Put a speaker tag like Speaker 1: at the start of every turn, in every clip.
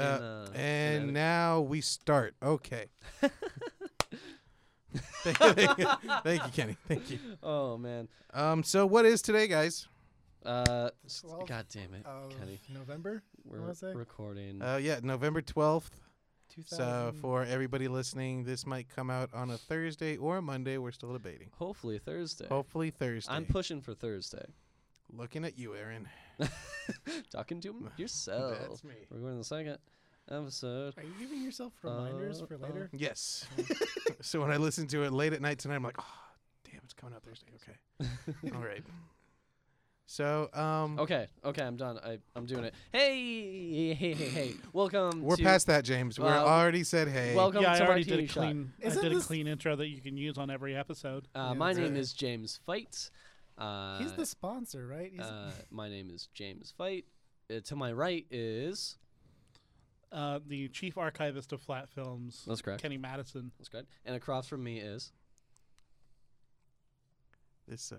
Speaker 1: Uh,
Speaker 2: Uh,
Speaker 1: how we start. Okay. thank, you, thank you, Thank you, Kenny. Thank you.
Speaker 2: Oh man.
Speaker 1: Um, so what is today, guys?
Speaker 2: Uh, s-
Speaker 3: 12
Speaker 2: God damn it,
Speaker 3: of
Speaker 2: Kenny.
Speaker 3: November,
Speaker 2: We're
Speaker 3: Uh, was I?
Speaker 2: recording.
Speaker 1: Uh, yeah, November twelfth.
Speaker 3: 2000.
Speaker 1: So for everybody listening, this might come out on a Thursday or a Monday. We're still debating.
Speaker 2: Hopefully Thursday.
Speaker 1: Hopefully Thursday.
Speaker 2: I'm pushing for Thursday.
Speaker 1: looking at you, Aaron.
Speaker 2: Talking to m- yourself.
Speaker 1: That's me.
Speaker 2: We're going to the second episode.
Speaker 3: Are you giving yourself reminders
Speaker 2: Uh,
Speaker 3: for
Speaker 2: uh,
Speaker 3: later?
Speaker 1: Yes. so when I listen to it late at night tonight, I'm like, oh, damn, it's coming out Thursday. Okay. All right. So um,
Speaker 2: Okay, okay, I'm done. I, I'm doing it. Hey, hey, hey, hey. Welcome.
Speaker 1: we're
Speaker 2: to,
Speaker 1: past that, James. We're
Speaker 2: Uh,
Speaker 1: already said hey.
Speaker 2: Welcome
Speaker 4: yeah,
Speaker 2: to
Speaker 4: I
Speaker 2: our
Speaker 4: already
Speaker 2: TV
Speaker 4: did a
Speaker 2: shot.
Speaker 4: clean.
Speaker 3: Isn't
Speaker 4: I did a
Speaker 3: this-
Speaker 4: clean intro that you can use on every episode.
Speaker 2: Uh,
Speaker 1: Yeah,
Speaker 2: my
Speaker 1: that's
Speaker 2: name
Speaker 1: it.
Speaker 2: is James Fight. Uh,
Speaker 3: He's the sponsor, right? He's
Speaker 2: uh, my name is James Fight. Uh, to my right is.
Speaker 4: Uh, the chief archivist of Flat Films,
Speaker 2: That's correct.
Speaker 4: Kenny Madison.
Speaker 2: That's good. And across from me is.
Speaker 1: This uh,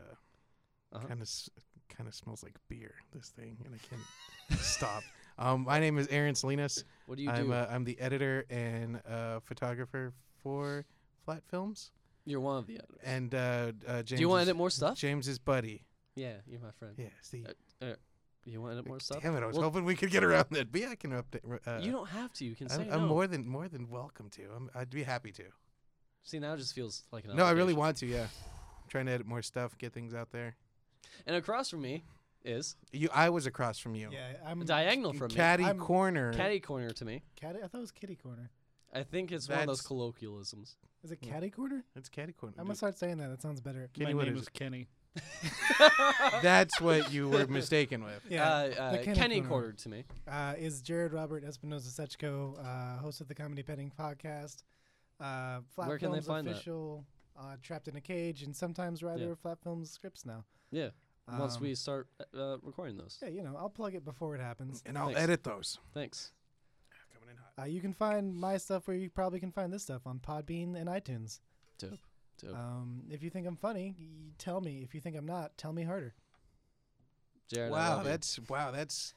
Speaker 2: Uh-huh.
Speaker 1: kind of s kind of smells like beer. This thing, and I can't stop. Um, my name is Aaron Salinas.
Speaker 2: What do you
Speaker 1: I'm
Speaker 2: do?
Speaker 1: Uh, I'm the editor and uh, photographer for Flat Films,
Speaker 2: You're one of the editors.
Speaker 1: and uh, uh, James.
Speaker 2: do you want
Speaker 1: is-
Speaker 2: to edit more stuff?
Speaker 1: James's buddy.
Speaker 2: yeah, you're my friend.
Speaker 1: Yeah, see.
Speaker 2: Uh, You want to edit more stuff?
Speaker 1: Damn it! I was
Speaker 2: Well,
Speaker 1: hoping we could get around that. But yeah, I can update. Uh,
Speaker 2: you don't have to. You can
Speaker 1: I'm,
Speaker 2: say
Speaker 1: I'm
Speaker 2: no.
Speaker 1: more than more than welcome to. I'm, I'd be happy to.
Speaker 2: See, now it just feels like an
Speaker 1: No, I really
Speaker 2: obligation.
Speaker 1: want to. Yeah, I'm trying to edit more stuff, get things out there.
Speaker 2: And across from me is
Speaker 1: You, I was across from you.
Speaker 3: yeah, I'm
Speaker 2: diagonal from
Speaker 1: Caddy
Speaker 3: I'm-
Speaker 1: corner.
Speaker 2: me, catty corner to me.
Speaker 3: Catty, I thought it was kitty corner.
Speaker 2: I think it's one of those
Speaker 1: That's-
Speaker 2: colloquialisms.
Speaker 3: Is it
Speaker 1: Yeah.
Speaker 3: catty corner?
Speaker 1: It's caddy corner.
Speaker 3: I'm gonna start saying that. That sounds better.
Speaker 2: Uh,
Speaker 1: Kenny,
Speaker 4: my
Speaker 1: what
Speaker 4: name
Speaker 1: is
Speaker 4: is Kenny.
Speaker 2: Oh,
Speaker 1: dude. That's what you were mistaken with.
Speaker 3: Yeah.
Speaker 2: uh, uh,
Speaker 3: the Kenny
Speaker 2: Kenny
Speaker 3: corner.
Speaker 2: cornered to me.
Speaker 3: Uh, is Jared Robert Espinosa Sechko, uh, host of the Comedy Petting Podcast, uh, Flat
Speaker 2: Where can they
Speaker 3: Films
Speaker 2: find that?
Speaker 3: official, uh, Trapped in a Cage, and sometimes writer
Speaker 2: Yeah.
Speaker 3: of Flat Films scripts now.
Speaker 2: Yeah. Once
Speaker 3: Um,
Speaker 2: we start uh, uh, recording those.
Speaker 3: Yeah, you know, I'll plug it before it happens.
Speaker 1: And I'll
Speaker 2: Thanks.
Speaker 1: edit those.
Speaker 2: Thanks.
Speaker 1: Coming in hot.
Speaker 3: Uh, you can find my stuff where you probably can find this stuff on Podbean and iTunes.
Speaker 2: Dope. Dope.
Speaker 3: Um, if you think I'm funny, y- tell me. If you think I'm not, tell me harder.
Speaker 2: Jared. I
Speaker 1: Wow,
Speaker 2: love you.
Speaker 1: that's wow, that's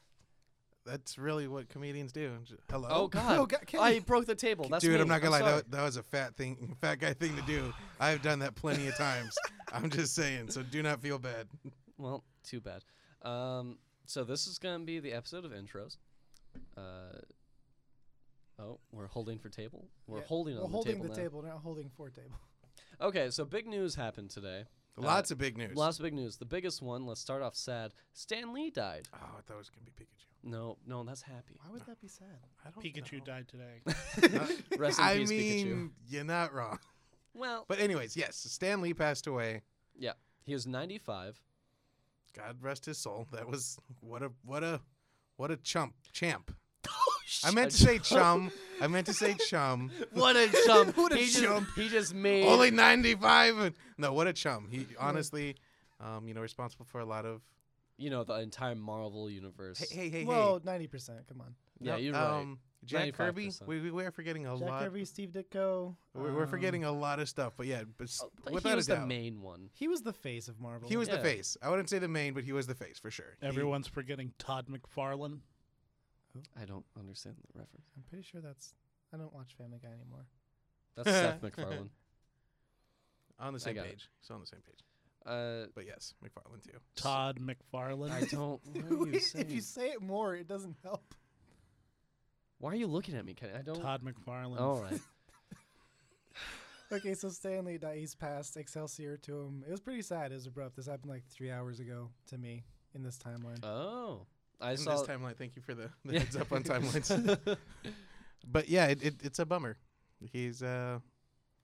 Speaker 1: that's really what comedians do. J- Hello.
Speaker 2: Oh God.
Speaker 3: Oh, God, Kenny.
Speaker 2: I broke the table. That's
Speaker 1: Dude,
Speaker 2: me.
Speaker 1: I'm not gonna lie.
Speaker 2: sorry.
Speaker 1: That, that was a fat thing, fat guy thing to do. I've done that plenty of times. I'm just saying. So do not feel bad.
Speaker 2: Well, too bad. Um, so this is gonna be the episode of intros. Uh, oh, we're holding for table. We're
Speaker 3: Yeah,
Speaker 2: holding
Speaker 3: We're
Speaker 2: on the table.
Speaker 3: holding the
Speaker 2: now.
Speaker 3: table, not holding for table.
Speaker 2: Okay, so big news happened today. Uh,
Speaker 1: Lots of big news.
Speaker 2: Lots of big news. The biggest one. Let's start off sad. Stan Lee died.
Speaker 1: oh, I thought it was gonna be Pikachu.
Speaker 2: No, no, that's happy.
Speaker 3: Why would that be sad?
Speaker 1: I don't
Speaker 4: Pikachu
Speaker 1: know.
Speaker 4: died today.
Speaker 1: Uh,
Speaker 2: Rest in
Speaker 1: I
Speaker 2: peace, Pikachu.
Speaker 1: mean, you're not wrong.
Speaker 2: Well,
Speaker 1: But anyways, yes, Stan Lee passed away.
Speaker 2: yeah, he was 95.
Speaker 1: God rest his soul. That was what a what a what a chump champ.
Speaker 2: Oh,
Speaker 1: I meant to say chum. I meant to say chum.
Speaker 2: What a chump!
Speaker 1: What a
Speaker 2: he
Speaker 1: chump.
Speaker 2: Just, he just made.
Speaker 1: Only 95. and- No, what a chum. He honestly, um, you know, responsible for a lot of.
Speaker 2: you know the entire Marvel universe.
Speaker 1: Hey, hey, hey,
Speaker 3: well, ninety percent. Come on,
Speaker 1: hey.
Speaker 2: yeah,
Speaker 1: No,
Speaker 2: you're
Speaker 1: um,
Speaker 2: right.
Speaker 1: Jack Kirby.
Speaker 2: 95%.
Speaker 1: We, we we are forgetting a
Speaker 3: Jack
Speaker 1: lot.
Speaker 3: Kirby, Steve Ditko.
Speaker 1: We're, we're
Speaker 3: um,
Speaker 1: forgetting a lot of stuff, but yeah, but s-
Speaker 2: Oh, but
Speaker 1: without
Speaker 2: he was
Speaker 1: a doubt,
Speaker 2: the main one.
Speaker 3: He was the face of Marvel.
Speaker 1: he was
Speaker 2: Yeah.
Speaker 1: the face. I wouldn't say the main, but he was the face for sure. He-
Speaker 4: Everyone's forgetting Todd McFarlane.
Speaker 2: I don't understand the reference.
Speaker 3: I'm pretty sure that's. I don't watch Family Guy anymore.
Speaker 2: That's Seth MacFarlane.
Speaker 1: on the same
Speaker 2: got it.
Speaker 1: page. He's on the same page.
Speaker 2: Uh,
Speaker 1: But yes, McFarlane too.
Speaker 4: Todd
Speaker 2: I
Speaker 4: McFarlane.
Speaker 2: don't. What are you saying?
Speaker 3: if you say it more, it doesn't help.
Speaker 2: Why are you looking at me, Kenny? I don't. Oh,
Speaker 4: Todd McFarlane.
Speaker 2: All right.
Speaker 3: Okay, so Stanley dies passed Excelsior to him. It was pretty sad. It was abrupt. This happened like three hours ago to me in this timeline.
Speaker 2: Oh, I
Speaker 1: In
Speaker 2: saw.
Speaker 1: this timeline, thank you for the, the heads up on timelines. but yeah, it, it, it's a bummer. He's uh,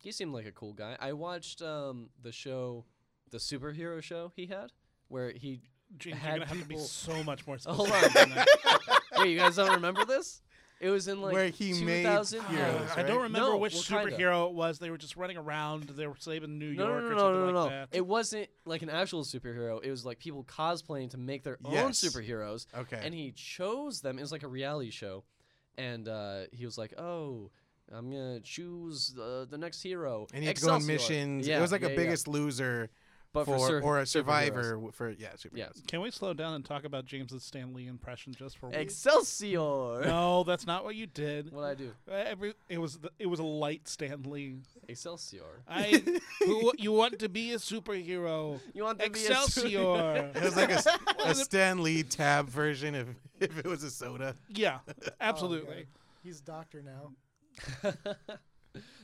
Speaker 2: he seemed like a cool guy. I watched um the show, the superhero show he had, where he.
Speaker 4: James,
Speaker 2: Had
Speaker 4: you're gonna have to be
Speaker 2: people-
Speaker 4: so much more
Speaker 2: Oh, hold
Speaker 4: specific.
Speaker 2: on.
Speaker 4: than that.
Speaker 2: Wait, you guys don't remember this? It was in like
Speaker 1: Where he made
Speaker 2: 2000
Speaker 1: heroes,
Speaker 4: Uh, I
Speaker 1: right?
Speaker 4: don't remember
Speaker 2: No,
Speaker 4: which
Speaker 2: well, kinda.
Speaker 4: superhero it was. They were just running around. They were saving New
Speaker 2: No, no,
Speaker 4: York
Speaker 2: no,
Speaker 4: or
Speaker 2: no,
Speaker 4: something
Speaker 2: no, no.
Speaker 4: like that.
Speaker 2: It wasn't like an actual superhero. It was like people cosplaying to make their own
Speaker 1: Yes.
Speaker 2: superheroes,
Speaker 1: okay.
Speaker 2: and he chose them. It was like a reality show, and uh, he was like, "Oh, I'm gonna choose uh, the next hero."
Speaker 1: and he had to go on
Speaker 2: Excelsior."
Speaker 1: missions.
Speaker 2: Yeah,
Speaker 1: it was like
Speaker 2: yeah,
Speaker 1: a
Speaker 2: yeah.
Speaker 1: biggest loser
Speaker 2: But for, sur-
Speaker 1: or a
Speaker 2: superheroes.
Speaker 1: survivor w- for yeah superheroes.
Speaker 2: Yeah.
Speaker 4: Can we slow down and talk about James's Stan Lee impression just for a
Speaker 2: Excelsior.
Speaker 4: week? No, that's not what you did.
Speaker 2: What I do?
Speaker 4: Every it was the, it was a light Stan Lee.
Speaker 2: Excelsior.
Speaker 4: I who, you want to be a superhero?
Speaker 2: You want to be a superhero?
Speaker 4: Excelsior!
Speaker 1: It was like a, s- a Stan Lee tab version if if it was a soda.
Speaker 4: yeah, absolutely.
Speaker 3: God. Oh, He's doctor now.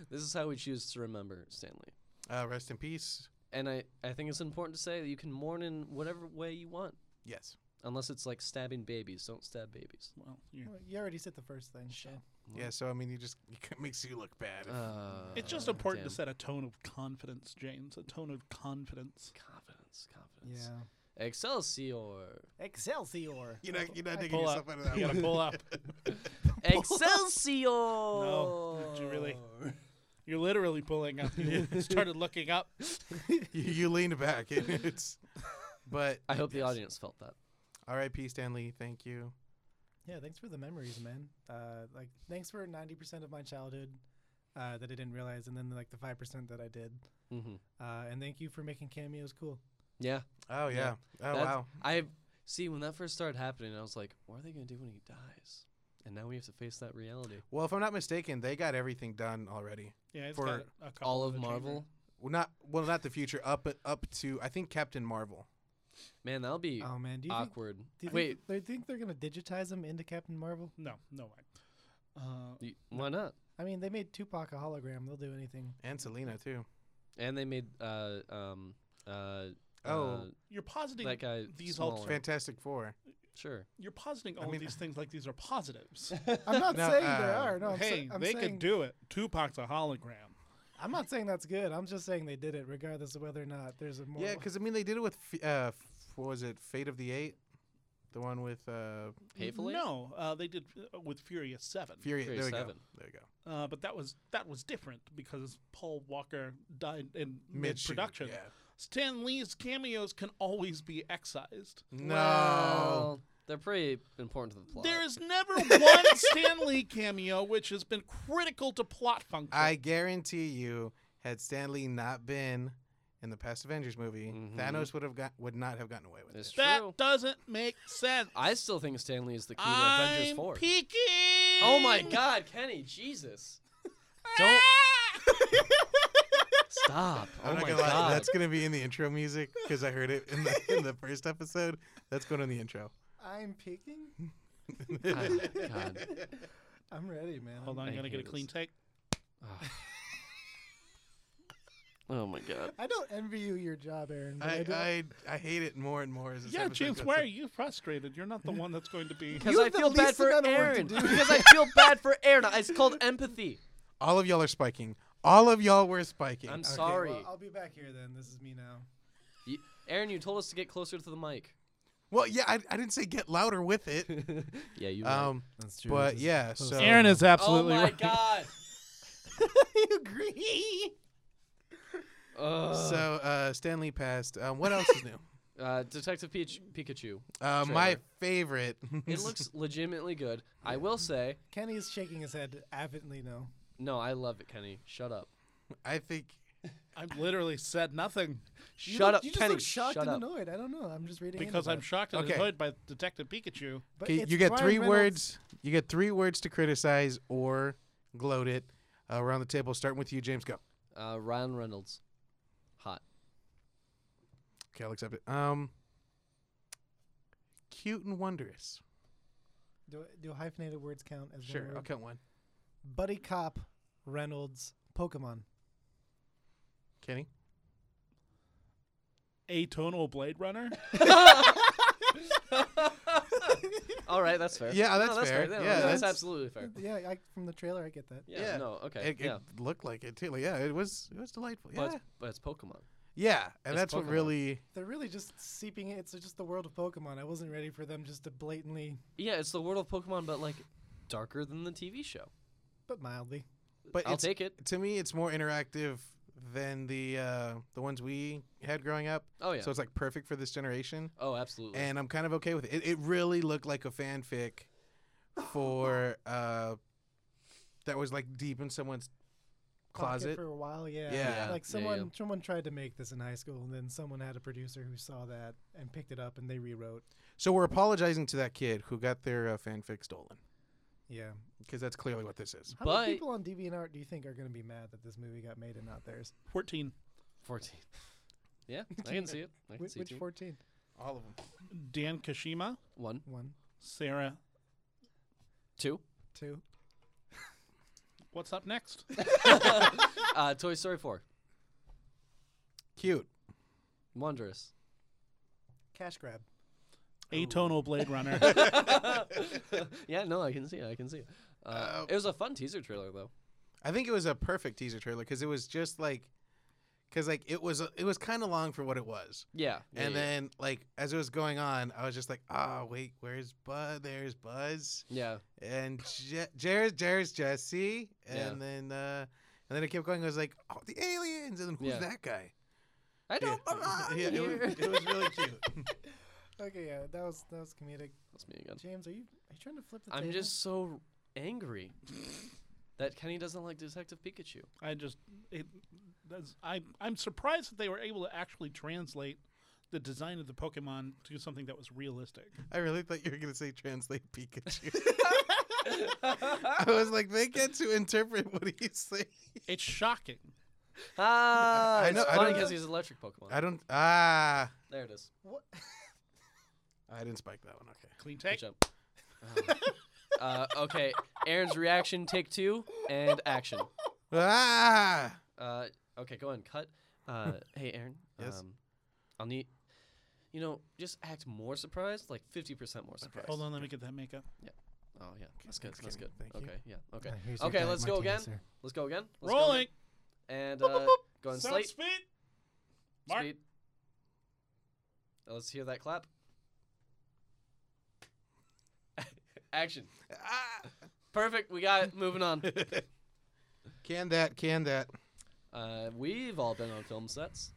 Speaker 2: this is how we choose to remember Stanley.
Speaker 1: Uh, rest in peace.
Speaker 2: And I, I think it's important to say that you can mourn in whatever way you want,
Speaker 1: Yes.
Speaker 2: unless it's like stabbing babies. Don't stab babies.
Speaker 4: well, you
Speaker 3: Well, you already said the first thing. So.
Speaker 1: Yeah. So I mean, you just it makes you look bad. if-
Speaker 2: Mm-hmm. Uh,
Speaker 4: it's just important
Speaker 2: damn.
Speaker 4: to set a tone of confidence, James. A tone of confidence.
Speaker 2: confidence, confidence.
Speaker 3: Yeah.
Speaker 2: Excelsior.
Speaker 3: Excelsior.
Speaker 1: you're not you're not
Speaker 3: I
Speaker 1: digging
Speaker 4: Pull
Speaker 1: yourself
Speaker 4: up.
Speaker 1: out of that.
Speaker 4: You gotta
Speaker 1: one.
Speaker 4: pull up.
Speaker 2: Excelsior.
Speaker 4: No, did you really? You're literally pulling up. You started looking up.
Speaker 1: you, you leaned back. and it's but
Speaker 2: I hope
Speaker 1: yes.
Speaker 2: the audience felt that.
Speaker 1: R.I.P. Stanley. Thank you.
Speaker 3: Yeah, thanks for the memories, man. Uh, like, thanks for ninety percent of my childhood uh, that I didn't realize, and then like the five percent that I did.
Speaker 2: hmm
Speaker 3: Uh, and thank you for making cameos cool.
Speaker 2: Yeah.
Speaker 1: Oh yeah.
Speaker 2: Yeah.
Speaker 1: Oh
Speaker 2: That's-
Speaker 1: wow.
Speaker 2: I see when that first started happening, I was like, "What are they gonna do when he dies?" And now we have to face that reality.
Speaker 1: Well, if I'm not mistaken, they got everything done already.
Speaker 4: Yeah, it's
Speaker 1: For
Speaker 4: got a couple
Speaker 2: All
Speaker 4: in
Speaker 2: of
Speaker 4: the chamber.
Speaker 2: Marvel,
Speaker 1: Well, not well, not the future. Up up to I think Captain Marvel.
Speaker 2: man, that'll be
Speaker 3: Oh man, do you think,
Speaker 2: awkward.
Speaker 3: do you
Speaker 2: Wait,
Speaker 3: think, they think they're gonna digitize them into Captain Marvel?
Speaker 4: No, no way. Uh,
Speaker 2: you- why not?
Speaker 3: I mean, they made Tupac a hologram. They'll do anything.
Speaker 1: And Selena too.
Speaker 2: And they made uh um uh
Speaker 1: Oh.
Speaker 4: you're positing
Speaker 2: that guy
Speaker 4: these
Speaker 2: smaller.
Speaker 4: alternate-
Speaker 1: Fantastic Four.
Speaker 2: sure.
Speaker 4: you're positing
Speaker 1: I
Speaker 4: all
Speaker 1: mean-
Speaker 4: of these things like these are positives.
Speaker 3: I'm not
Speaker 1: No,
Speaker 3: saying there
Speaker 1: uh,
Speaker 3: are. No, I'm, sa-
Speaker 4: hey,
Speaker 3: I'm
Speaker 4: they
Speaker 3: saying,
Speaker 4: could do it. Tupac's a hologram.
Speaker 3: I'm not saying that's good. I'm just saying they did it, regardless of whether or not there's a more.
Speaker 1: Yeah, because I mean they did it with F- uh, f- what was it? Fate of the Eight, the one with uh,
Speaker 2: Hateful Eight?
Speaker 4: No, uh, they did uh, with Furious Seven.
Speaker 1: Fury.
Speaker 2: Fury
Speaker 1: there we go.
Speaker 2: Seven.
Speaker 1: There we go.
Speaker 4: uh, but that was that was different because Paul Walker died in mid
Speaker 1: Mid-shoot,
Speaker 4: production.
Speaker 1: Yeah.
Speaker 4: Stan Lee's cameos can always be excised.
Speaker 1: No.
Speaker 2: Well, they're pretty important to the plot.
Speaker 4: There is never one Stan Lee cameo which has been critical to plot function.
Speaker 1: I guarantee you, had Stanley not been in the past Avengers movie,
Speaker 2: Mhm.
Speaker 1: Thanos would have got would not have gotten away with
Speaker 2: It's
Speaker 1: it.
Speaker 4: that
Speaker 2: true.
Speaker 4: doesn't make sense.
Speaker 2: I still think Stanley is the key to Avengers
Speaker 4: I'm
Speaker 2: Four.
Speaker 4: peeking.
Speaker 2: oh my God, Kenny, Jesus! Don't stop! Oh
Speaker 1: I'm not
Speaker 2: my
Speaker 1: gonna lie,
Speaker 2: God,
Speaker 1: that's gonna be in the intro music because I heard it in the, in the first episode. That's going in the intro.
Speaker 3: I'm peeking.
Speaker 2: Ah, God.
Speaker 3: I'm ready, man.
Speaker 4: Hold on,
Speaker 2: I
Speaker 4: I'm gonna
Speaker 2: hate
Speaker 4: get a
Speaker 2: this.
Speaker 4: clean take.
Speaker 2: oh my God.
Speaker 3: I don't envy you your job, Aaron. but I,
Speaker 1: I,
Speaker 3: do-
Speaker 1: I I hate it more and more as this
Speaker 4: Yeah,
Speaker 1: episode
Speaker 4: James,
Speaker 1: goes
Speaker 4: why
Speaker 1: on.
Speaker 4: are you frustrated? You're not the one that's going to be.
Speaker 2: Because
Speaker 3: You
Speaker 2: I
Speaker 3: have the
Speaker 2: feel bad
Speaker 3: least
Speaker 2: for
Speaker 3: amount of work to
Speaker 2: Aaron.
Speaker 3: do.
Speaker 2: Because I feel bad for Aaron. It's called empathy.
Speaker 1: All of y'all are spiking. All of y'all were spiking.
Speaker 2: I'm
Speaker 3: Okay,
Speaker 2: sorry.
Speaker 3: well, I'll be back here then. This is me now.
Speaker 2: You- Aaron, you told us to get closer to the mic.
Speaker 1: Well, yeah, I, I didn't say get louder with it.
Speaker 2: Yeah, you.
Speaker 1: Um,
Speaker 3: That's true.
Speaker 1: but yeah, so
Speaker 4: Aaron is absolutely
Speaker 2: oh my
Speaker 4: right.
Speaker 2: God.
Speaker 3: you agree?
Speaker 2: Ugh.
Speaker 1: so uh, Stanley passed. Um, what else is new?
Speaker 2: uh, Detective Peach, Pikachu.
Speaker 1: Uh, my
Speaker 2: Trailer.
Speaker 1: favorite.
Speaker 2: It looks legitimately good. I will say,
Speaker 3: Kenny is shaking his head avidly. No,
Speaker 2: no, I love it, Kenny. Shut up.
Speaker 1: I think
Speaker 4: I've literally said nothing
Speaker 3: You
Speaker 2: Shut
Speaker 3: look-
Speaker 2: up,
Speaker 3: You just
Speaker 2: Kenny.
Speaker 3: look shocked
Speaker 2: shut
Speaker 3: and
Speaker 2: up.
Speaker 3: annoyed. I don't know. I'm just reading into
Speaker 4: because I'm
Speaker 3: it.
Speaker 4: shocked and
Speaker 1: Okay.
Speaker 4: annoyed by Detective Pikachu.
Speaker 3: But
Speaker 1: Okay,
Speaker 3: it's
Speaker 1: you get
Speaker 3: Ryan
Speaker 1: three
Speaker 3: Reynolds.
Speaker 1: words. You get three words to criticize or gloat it uh, around the table. Starting with you, James. Go.
Speaker 2: Uh, Ryan Reynolds, hot.
Speaker 1: Okay, I'll accept it. Um, cute and wondrous.
Speaker 3: Do, do hyphenated words count as
Speaker 1: Sure,
Speaker 3: One word?
Speaker 1: I'll count one.
Speaker 3: Buddy Cop, Reynolds, Pokemon.
Speaker 1: Kenny.
Speaker 4: Atonal Blade Runner.
Speaker 2: All right, that's fair.
Speaker 1: Yeah, that's
Speaker 2: no, that's
Speaker 1: fair.
Speaker 2: No,
Speaker 1: Yeah,
Speaker 2: that's,
Speaker 1: that's-
Speaker 2: absolutely fair.
Speaker 3: Yeah, I, from the trailer I get that.
Speaker 2: Yeah,
Speaker 1: Yeah.
Speaker 2: no, okay,
Speaker 1: It, it
Speaker 2: yeah.
Speaker 1: looked like it too. Like, yeah, it was it was delightful. Yeah,
Speaker 2: But, it's, but it's Pokemon.
Speaker 1: yeah, and
Speaker 2: it's
Speaker 1: that's what
Speaker 2: Pokemon.
Speaker 1: really.
Speaker 3: They're really just seeping in. It's just the world of Pokemon. I wasn't ready for them just to blatantly,
Speaker 2: Yeah, it's the world of Pokemon, but like darker than the TV show.
Speaker 3: but mildly.
Speaker 1: But
Speaker 2: I'll
Speaker 1: it's,
Speaker 2: take it.
Speaker 1: to me, it's more interactive than the uh, the ones we had growing up.
Speaker 2: Oh yeah.
Speaker 1: So it's like perfect for this generation,
Speaker 2: oh, absolutely.
Speaker 1: and I'm kind of okay with it. It, it really looked like a fanfic for uh, that was like deep in someone's
Speaker 2: Oh,
Speaker 1: closet.
Speaker 3: for a while. Yeah.
Speaker 1: Yeah.
Speaker 3: Like
Speaker 2: Yeah, yeah.
Speaker 3: someone, someone tried to make this in high school, and then someone had a producer who saw that and picked it up, and they rewrote.
Speaker 1: So we're apologizing to that kid who got their uh, fanfic stolen
Speaker 3: Yeah.
Speaker 1: because that's clearly what this is.
Speaker 3: How many
Speaker 2: But-
Speaker 3: people on DeviantArt do you think are going to be mad that this movie got made and not theirs?
Speaker 4: 14.
Speaker 2: 14. Yeah, I can see it. I can
Speaker 3: Which,
Speaker 2: see
Speaker 3: which
Speaker 2: two.
Speaker 3: 14?
Speaker 1: All of them.
Speaker 4: Dan Kashima,
Speaker 2: One,
Speaker 3: One,
Speaker 4: Sarah.
Speaker 2: two.
Speaker 3: two.
Speaker 4: What's up next?
Speaker 2: Uh, Toy Story 4.
Speaker 1: Cute.
Speaker 2: Wondrous.
Speaker 3: Cash grab.
Speaker 4: Atonal Blade Runner.
Speaker 2: yeah, no, I can see it. I can see it. Uh,
Speaker 1: Uh,
Speaker 2: it was a fun teaser trailer, though.
Speaker 1: I think it was a perfect teaser trailer because it was just like, because like it was uh, it was kind of long for what it was,
Speaker 2: Yeah. yeah,
Speaker 1: and
Speaker 2: yeah.
Speaker 1: then like as it was going on, I was just like, ah, wait, where's Buzz? There's Buzz
Speaker 2: Yeah.
Speaker 1: and Je- Jared's Jared's Jesse, and
Speaker 2: Yeah.
Speaker 1: then uh, and then it kept going. I was like, oh, the aliens, and then who's
Speaker 2: Yeah.
Speaker 1: that guy?
Speaker 2: I don't
Speaker 1: Yeah.
Speaker 2: belong
Speaker 1: Yeah, it
Speaker 2: here.
Speaker 1: was- it was really cute.
Speaker 3: Okay, yeah, that was that was comedic.
Speaker 2: That's me again.
Speaker 3: James, are you are you trying to flip the
Speaker 2: I'm
Speaker 3: table?
Speaker 2: just so angry that Kenny doesn't like Detective Pikachu.
Speaker 4: I just, it, that's, I, I'm surprised that they were able to actually translate the design of the Pokemon to something that was realistic.
Speaker 1: I really thought you were gonna say translate Pikachu. I was like, they get to interpret what he's saying.
Speaker 4: It's shocking.
Speaker 2: Ah,
Speaker 1: I
Speaker 2: it's
Speaker 1: know- I
Speaker 2: funny
Speaker 1: don't-
Speaker 2: because he's an electric Pokemon.
Speaker 1: I don't. Ah,
Speaker 2: there it is.
Speaker 3: What?
Speaker 1: I didn't spike that one. Okay.
Speaker 4: Clean
Speaker 2: Good
Speaker 4: take.
Speaker 2: job. Oh. uh, okay, Aaron's reaction, take two, and action.
Speaker 1: Ah,
Speaker 2: Uh, okay, go ahead and cut. Uh, hey, Aaron.
Speaker 1: Yes?
Speaker 2: Um, I'll need, you know, just act more surprised, like 50% more surprised.
Speaker 4: Hold on, let me get that makeup.
Speaker 2: Oh, yeah, that's good. That's
Speaker 1: thanks, Kenny.
Speaker 2: good.
Speaker 1: Thank you.
Speaker 2: okay, yeah, okay. Okay, let's go again. Let's go again. Let's go again.
Speaker 4: Rolling.
Speaker 2: And
Speaker 4: Boop, boop,
Speaker 2: uh,
Speaker 4: boop.
Speaker 2: go on
Speaker 4: Sound
Speaker 2: slate.
Speaker 4: speed. Mark.
Speaker 2: Speed. Uh, Let's hear that clap. Action.
Speaker 1: ah.
Speaker 2: Perfect. We got it. Moving on.
Speaker 1: Can that? Can that?
Speaker 2: Uh, we've all been on film sets.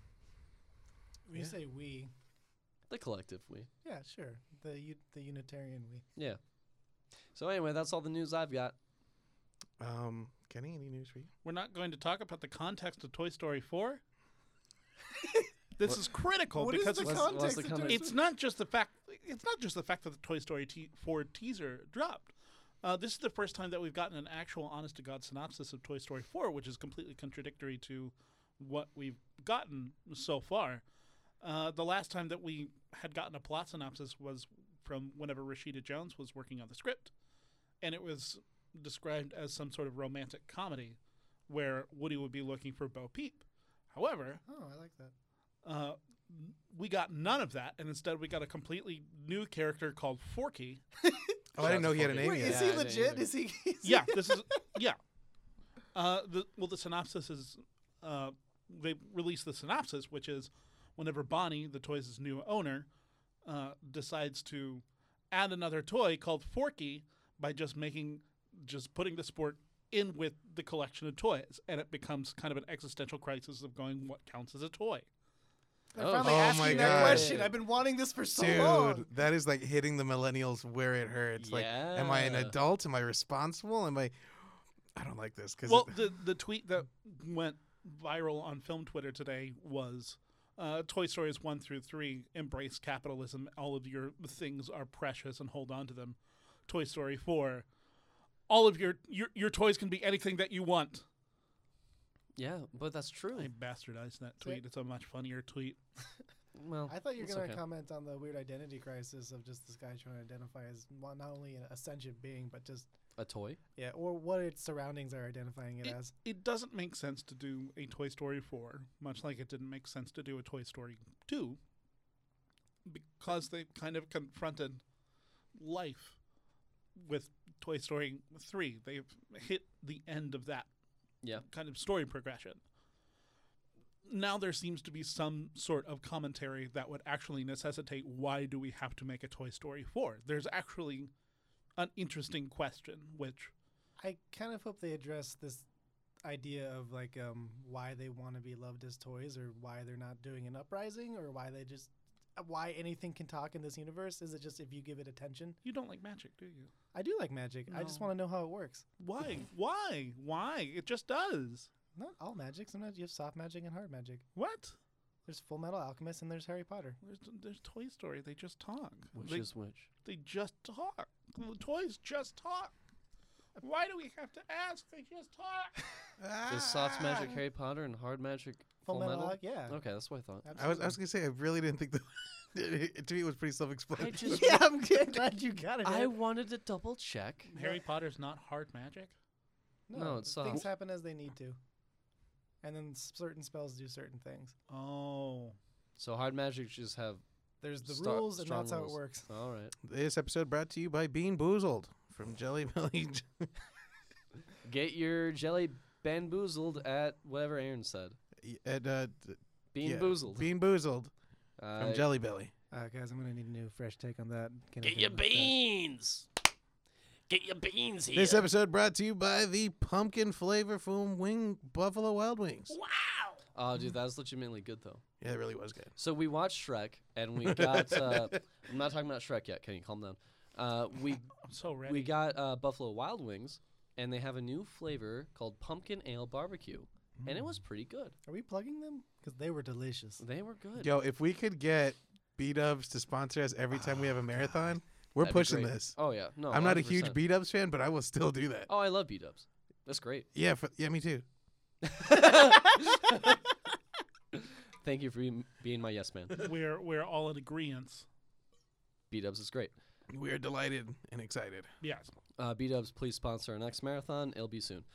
Speaker 3: We
Speaker 1: Yeah.
Speaker 3: say we.
Speaker 2: The collective we.
Speaker 3: Yeah, sure. The u- the Unitarian we.
Speaker 2: Yeah. So anyway, that's all the news I've got.
Speaker 1: Um, Kenny, any news for you?
Speaker 4: We're not going to talk about the context of Toy Story 4. this is critical
Speaker 3: What is
Speaker 4: because
Speaker 3: the
Speaker 4: it's,
Speaker 2: What's- what's
Speaker 3: context?
Speaker 2: the
Speaker 3: of
Speaker 2: context?
Speaker 3: Toy
Speaker 4: it's not just the fact it's not just the fact that the Toy Story te- 4 teaser dropped. Uh, this is the first time that we've gotten an actual honest to god synopsis of Toy Story 4, which is completely contradictory to what we've gotten so far. Uh, the last time that we had gotten a plot synopsis was from whenever Rashida Jones was working on the script, and it was described as some sort of romantic comedy where Woody would be looking for Bo Peep. However,
Speaker 3: Story? Oh, I like that.
Speaker 4: uh, we got none of that, and instead we got a completely new character called Forky.
Speaker 1: Oh, I didn't know he had a
Speaker 2: Wait,
Speaker 1: name
Speaker 3: Wait,
Speaker 1: yet.
Speaker 3: is
Speaker 2: Yeah, I
Speaker 3: he
Speaker 2: didn't
Speaker 3: legit?
Speaker 2: either.
Speaker 3: Is he? Is
Speaker 4: yeah, this is yeah. Uh, the, well, the synopsis is uh, they released the synopsis, which is whenever Bonnie, the toys' new owner, uh, decides to add another toy called Forky by just making just putting the sport in with the collection of toys, and it becomes kind of an existential crisis of going, what counts as a toy?
Speaker 3: They're
Speaker 2: Oh,
Speaker 3: finally
Speaker 1: shit. Oh
Speaker 3: asking
Speaker 1: my
Speaker 3: that
Speaker 1: God.
Speaker 3: question. I've been wanting this for so long.
Speaker 1: Dude, that is like hitting the millennials where it hurts. Like, am I an
Speaker 2: Yeah.
Speaker 1: adult? Am I responsible? Am I? I don't like this because.
Speaker 4: Well, the the tweet that went viral on film Twitter today was uh, Toy Stories one through three embrace capitalism. All of your things are precious and hold on to them. Toy Story four, all of your your, your toys can be anything that you want.
Speaker 2: Yeah, but that's true.
Speaker 4: I bastardized that tweet. It's a much funnier tweet.
Speaker 2: well,
Speaker 3: I thought you were
Speaker 2: it's
Speaker 3: going to
Speaker 2: okay.
Speaker 3: comment on the weird identity crisis of just this guy trying to identify as wa- not only an ascension being, but just
Speaker 2: a toy.
Speaker 3: yeah, or what its surroundings are identifying it
Speaker 4: It-
Speaker 3: as.
Speaker 4: It doesn't make sense to do a Toy Story four, much like it didn't make sense to do a Toy Story two, because they kind of confronted life with Toy Story 3. They've hit the end of that
Speaker 2: Yeah.
Speaker 4: kind of story progression. Now there seems to be some sort of commentary that would actually necessitate why do we have to make a Toy Story 4? There's actually an interesting question, which
Speaker 3: I kind of hope they address this idea of like um, why they want to be loved as toys, or why they're not doing an uprising, or why they just why anything can talk in this universe. Is it just if you give it attention?
Speaker 4: you don't like magic, do you?
Speaker 3: I do like magic. I just
Speaker 4: No.
Speaker 3: want to know how it works.
Speaker 4: Why? why? Why? It just does.
Speaker 3: Not all magic. Sometimes you have soft magic and hard magic.
Speaker 4: What?
Speaker 3: There's Full Metal Alchemist and there's Harry Potter.
Speaker 4: There's, there's Toy Story. They just talk.
Speaker 2: Which
Speaker 4: they,
Speaker 2: is which?
Speaker 4: they just talk. The toys just talk. Why do we have to ask? They just talk.
Speaker 2: Is soft magic Harry Potter and hard magic
Speaker 3: Ah. Full,
Speaker 2: Full
Speaker 3: Metal,
Speaker 2: Metal?
Speaker 3: Al- yeah.
Speaker 2: Okay, that's what I thought.
Speaker 1: ah. I was I was
Speaker 3: absolutely.
Speaker 1: gonna say I really didn't think that. to me, it was pretty self-explanatory.
Speaker 2: just-
Speaker 3: yeah, I'm good. glad you got it.
Speaker 2: I
Speaker 3: Ed.
Speaker 2: wanted to double check.
Speaker 4: Harry Potter's not hard magic.
Speaker 2: No, it's uh,
Speaker 3: things
Speaker 2: soft.
Speaker 3: happen as they need to, and then s- certain spells do certain things.
Speaker 4: Oh.
Speaker 2: So hard magic just have.
Speaker 3: There's the
Speaker 2: Star-
Speaker 3: rules, and
Speaker 2: strong
Speaker 3: that's how it
Speaker 2: rules.
Speaker 3: works.
Speaker 2: All right.
Speaker 1: This episode brought to you by Bean Boozled from Jelly Belly.
Speaker 2: Get your jelly bamboozled at whatever Aaron said.
Speaker 1: J- at, uh, d-
Speaker 2: Bean
Speaker 1: yeah,
Speaker 2: boozled.
Speaker 1: Bean Boozled from
Speaker 2: Uh,
Speaker 1: Jelly Belly.
Speaker 3: Uh, guys, I'm gonna need a new fresh take on that. Can I
Speaker 2: Get
Speaker 3: do
Speaker 2: your
Speaker 3: it like that?
Speaker 2: beans. Get your beans here.
Speaker 1: This episode brought to you by the pumpkin flavor from Wing Buffalo Wild Wings.
Speaker 2: oh, dude, that was legitimately good though.
Speaker 1: Yeah, it really was good.
Speaker 2: So we watched Shrek, and we got. Uh, I'm not talking about Shrek yet. Can you calm down? Uh, we
Speaker 4: I'm so ready.
Speaker 2: we got uh, Buffalo Wild Wings, and they have a new flavor called Pumpkin Ale Barbecue, and it was pretty good.
Speaker 3: Are we plugging them? Because they were delicious.
Speaker 2: They were good.
Speaker 1: Yo, if we could get B Dubs to sponsor us every time we have a marathon, we're
Speaker 2: Oh, That'd be
Speaker 1: pushing
Speaker 2: great.
Speaker 1: this.
Speaker 2: Oh yeah, no,
Speaker 1: I'm not a huge
Speaker 2: 100%.
Speaker 1: B Dubs fan, but I will still do that.
Speaker 2: Oh, I love B Dubs. That's great.
Speaker 1: Yeah, for, yeah, me too.
Speaker 2: Thank you for being, being my yes man.
Speaker 4: we're we're all in agreement.
Speaker 2: B Dubs is great.
Speaker 1: We are delighted and excited.
Speaker 4: Yes.
Speaker 2: Uh, B Dubs, please sponsor our next marathon. It'll be soon.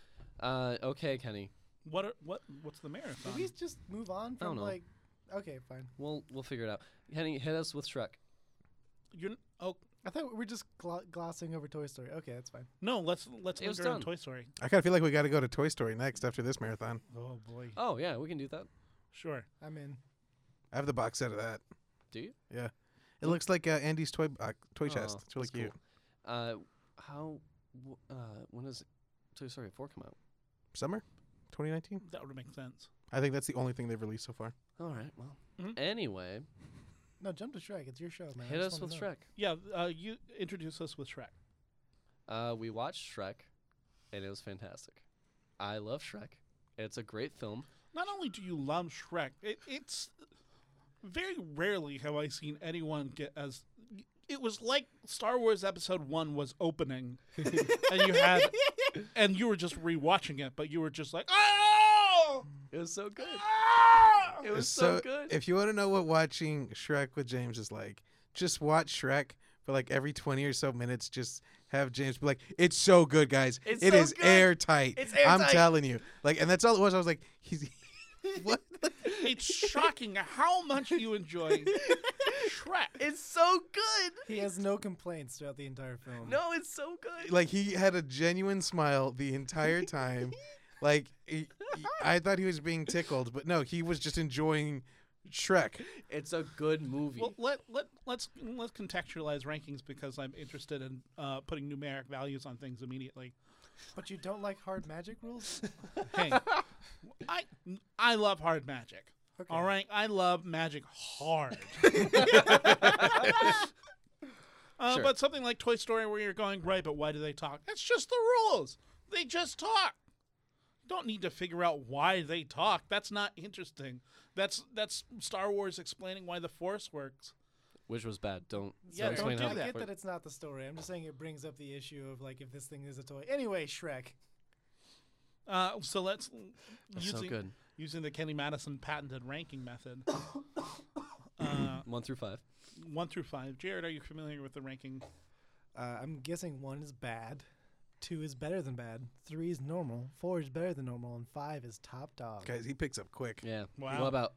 Speaker 2: Uh, okay, Kenny.
Speaker 4: What are, what what's the
Speaker 3: Did
Speaker 4: marathon?
Speaker 3: we just move on from
Speaker 2: know.
Speaker 3: like? Okay, fine.
Speaker 2: We'll we'll figure it out. Kenny, hit us with Shrek.
Speaker 4: You're n- oh
Speaker 3: I thought we were just glo- glossing over Toy Story. Okay, that's fine.
Speaker 4: no. Let's let's
Speaker 2: It was
Speaker 4: linger on
Speaker 2: done.
Speaker 4: Toy Story.
Speaker 1: I kind of feel like we got to go to Toy Story next after this marathon.
Speaker 4: Oh boy.
Speaker 2: Oh yeah, we can do that.
Speaker 4: Sure.
Speaker 3: I'm in.
Speaker 1: I have the box set of that.
Speaker 2: Do you?
Speaker 1: Yeah, it looks like uh, Andy's toy box, toy chest.
Speaker 2: Oh,
Speaker 1: It's
Speaker 2: that's
Speaker 1: really
Speaker 2: cool.
Speaker 1: cute.
Speaker 2: Uh, how? W- uh, when does Toy Story 4 come out?
Speaker 1: Summer, 2019.
Speaker 4: That would make sense.
Speaker 1: I think that's the only thing they've released so far.
Speaker 2: All right. Well.
Speaker 4: Mhm.
Speaker 2: Anyway,
Speaker 3: No, jump to Shrek. It's your show, man. I
Speaker 2: hit
Speaker 3: just
Speaker 2: us
Speaker 3: wanna
Speaker 2: with
Speaker 3: know.
Speaker 2: Shrek.
Speaker 4: Yeah. Uh, you introduce us with Shrek.
Speaker 2: Uh, we watched Shrek, and it was fantastic. I love Shrek. It's a great film.
Speaker 4: Not only do you love Shrek, it, it's very rarely have I seen anyone get as. It was like Star Wars Episode One was opening, and you had, and you were just rewatching it, but you were just like, oh,
Speaker 2: It was so good.
Speaker 4: ah!
Speaker 2: It was so, good.
Speaker 1: If you want to know what watching Shrek with James is like, just watch Shrek for like every 20 or so minutes. Just have James be like, "It's so good, guys.
Speaker 2: It's
Speaker 1: It
Speaker 2: so
Speaker 1: is
Speaker 2: good.
Speaker 1: airtight.
Speaker 2: It's
Speaker 1: I'm
Speaker 2: airtight."
Speaker 1: telling you." Like, and that's all it was. I was like, "He's what?"
Speaker 4: It's shocking how much you enjoy Shrek.
Speaker 2: it's so good.
Speaker 3: He has no complaints throughout the entire film.
Speaker 2: No, it's so good.
Speaker 1: like he had a genuine smile the entire time. like he, he- I thought he was being tickled, but no, he was just enjoying Shrek.
Speaker 2: It's a good movie.
Speaker 4: Well, let let let's let's contextualize rankings because I'm interested in uh, putting numeric values on things immediately.
Speaker 3: But you don't like hard magic rules?
Speaker 4: Hey, I I love hard magic.
Speaker 3: Okay.
Speaker 4: All right, I love magic hard. uh,
Speaker 2: Sure.
Speaker 4: But something like Toy Story, where you're going right, but why do they talk? That's just the rules. They just talk. You don't need to figure out why they talk. That's not interesting. That's that's Star Wars explaining why the Force works.
Speaker 2: Which was bad. Don't.
Speaker 4: Yeah,
Speaker 2: don't
Speaker 4: don't
Speaker 2: explain
Speaker 4: do
Speaker 2: how
Speaker 3: I
Speaker 4: that.
Speaker 3: get that it's not the story. I'm just saying it brings up the issue of like if this thing is a toy. Anyway, Shrek.
Speaker 4: Uh, so let's
Speaker 2: It's so good.
Speaker 4: using the Kenny Madison patented ranking method. uh,
Speaker 2: One through five.
Speaker 4: one through five. Jared, are you familiar with the ranking?
Speaker 3: Uh, I'm guessing one is bad, two is better than bad, three is normal, four is better than normal, and five is top dog.
Speaker 1: Guys, he picks up quick.
Speaker 2: Yeah.
Speaker 4: Wow.
Speaker 2: What about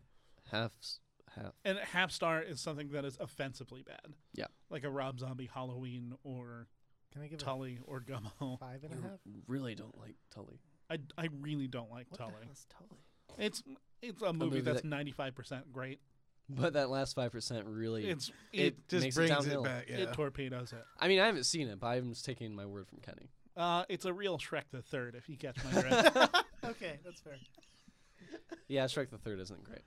Speaker 2: halves? Half.
Speaker 4: And half star is something that is offensively bad.
Speaker 2: Yeah.
Speaker 4: Like a Rob Zombie Halloween or
Speaker 3: Can I give it
Speaker 4: Tully or Gummo.
Speaker 3: a five and a half?
Speaker 2: Really don't like Tully.
Speaker 4: I, I really don't like
Speaker 3: What
Speaker 4: Tully.
Speaker 3: the hell is Tully?
Speaker 4: It's it's a movie,
Speaker 2: movie
Speaker 4: that's
Speaker 2: that-
Speaker 4: ninety five percent great.
Speaker 2: But that last five percent really.
Speaker 4: It's it
Speaker 2: it,
Speaker 1: Just
Speaker 2: makes
Speaker 1: brings
Speaker 2: it
Speaker 1: it,
Speaker 2: downhill.
Speaker 1: back.
Speaker 4: it
Speaker 1: Yeah.
Speaker 4: torpedoes it.
Speaker 2: I mean, I haven't seen it, but I'm just taking my word from Kenny.
Speaker 4: Uh, it's a real Shrek the Third, if you catch my drift.
Speaker 3: Okay, that's fair.
Speaker 2: Yeah, Shrek the Third isn't great,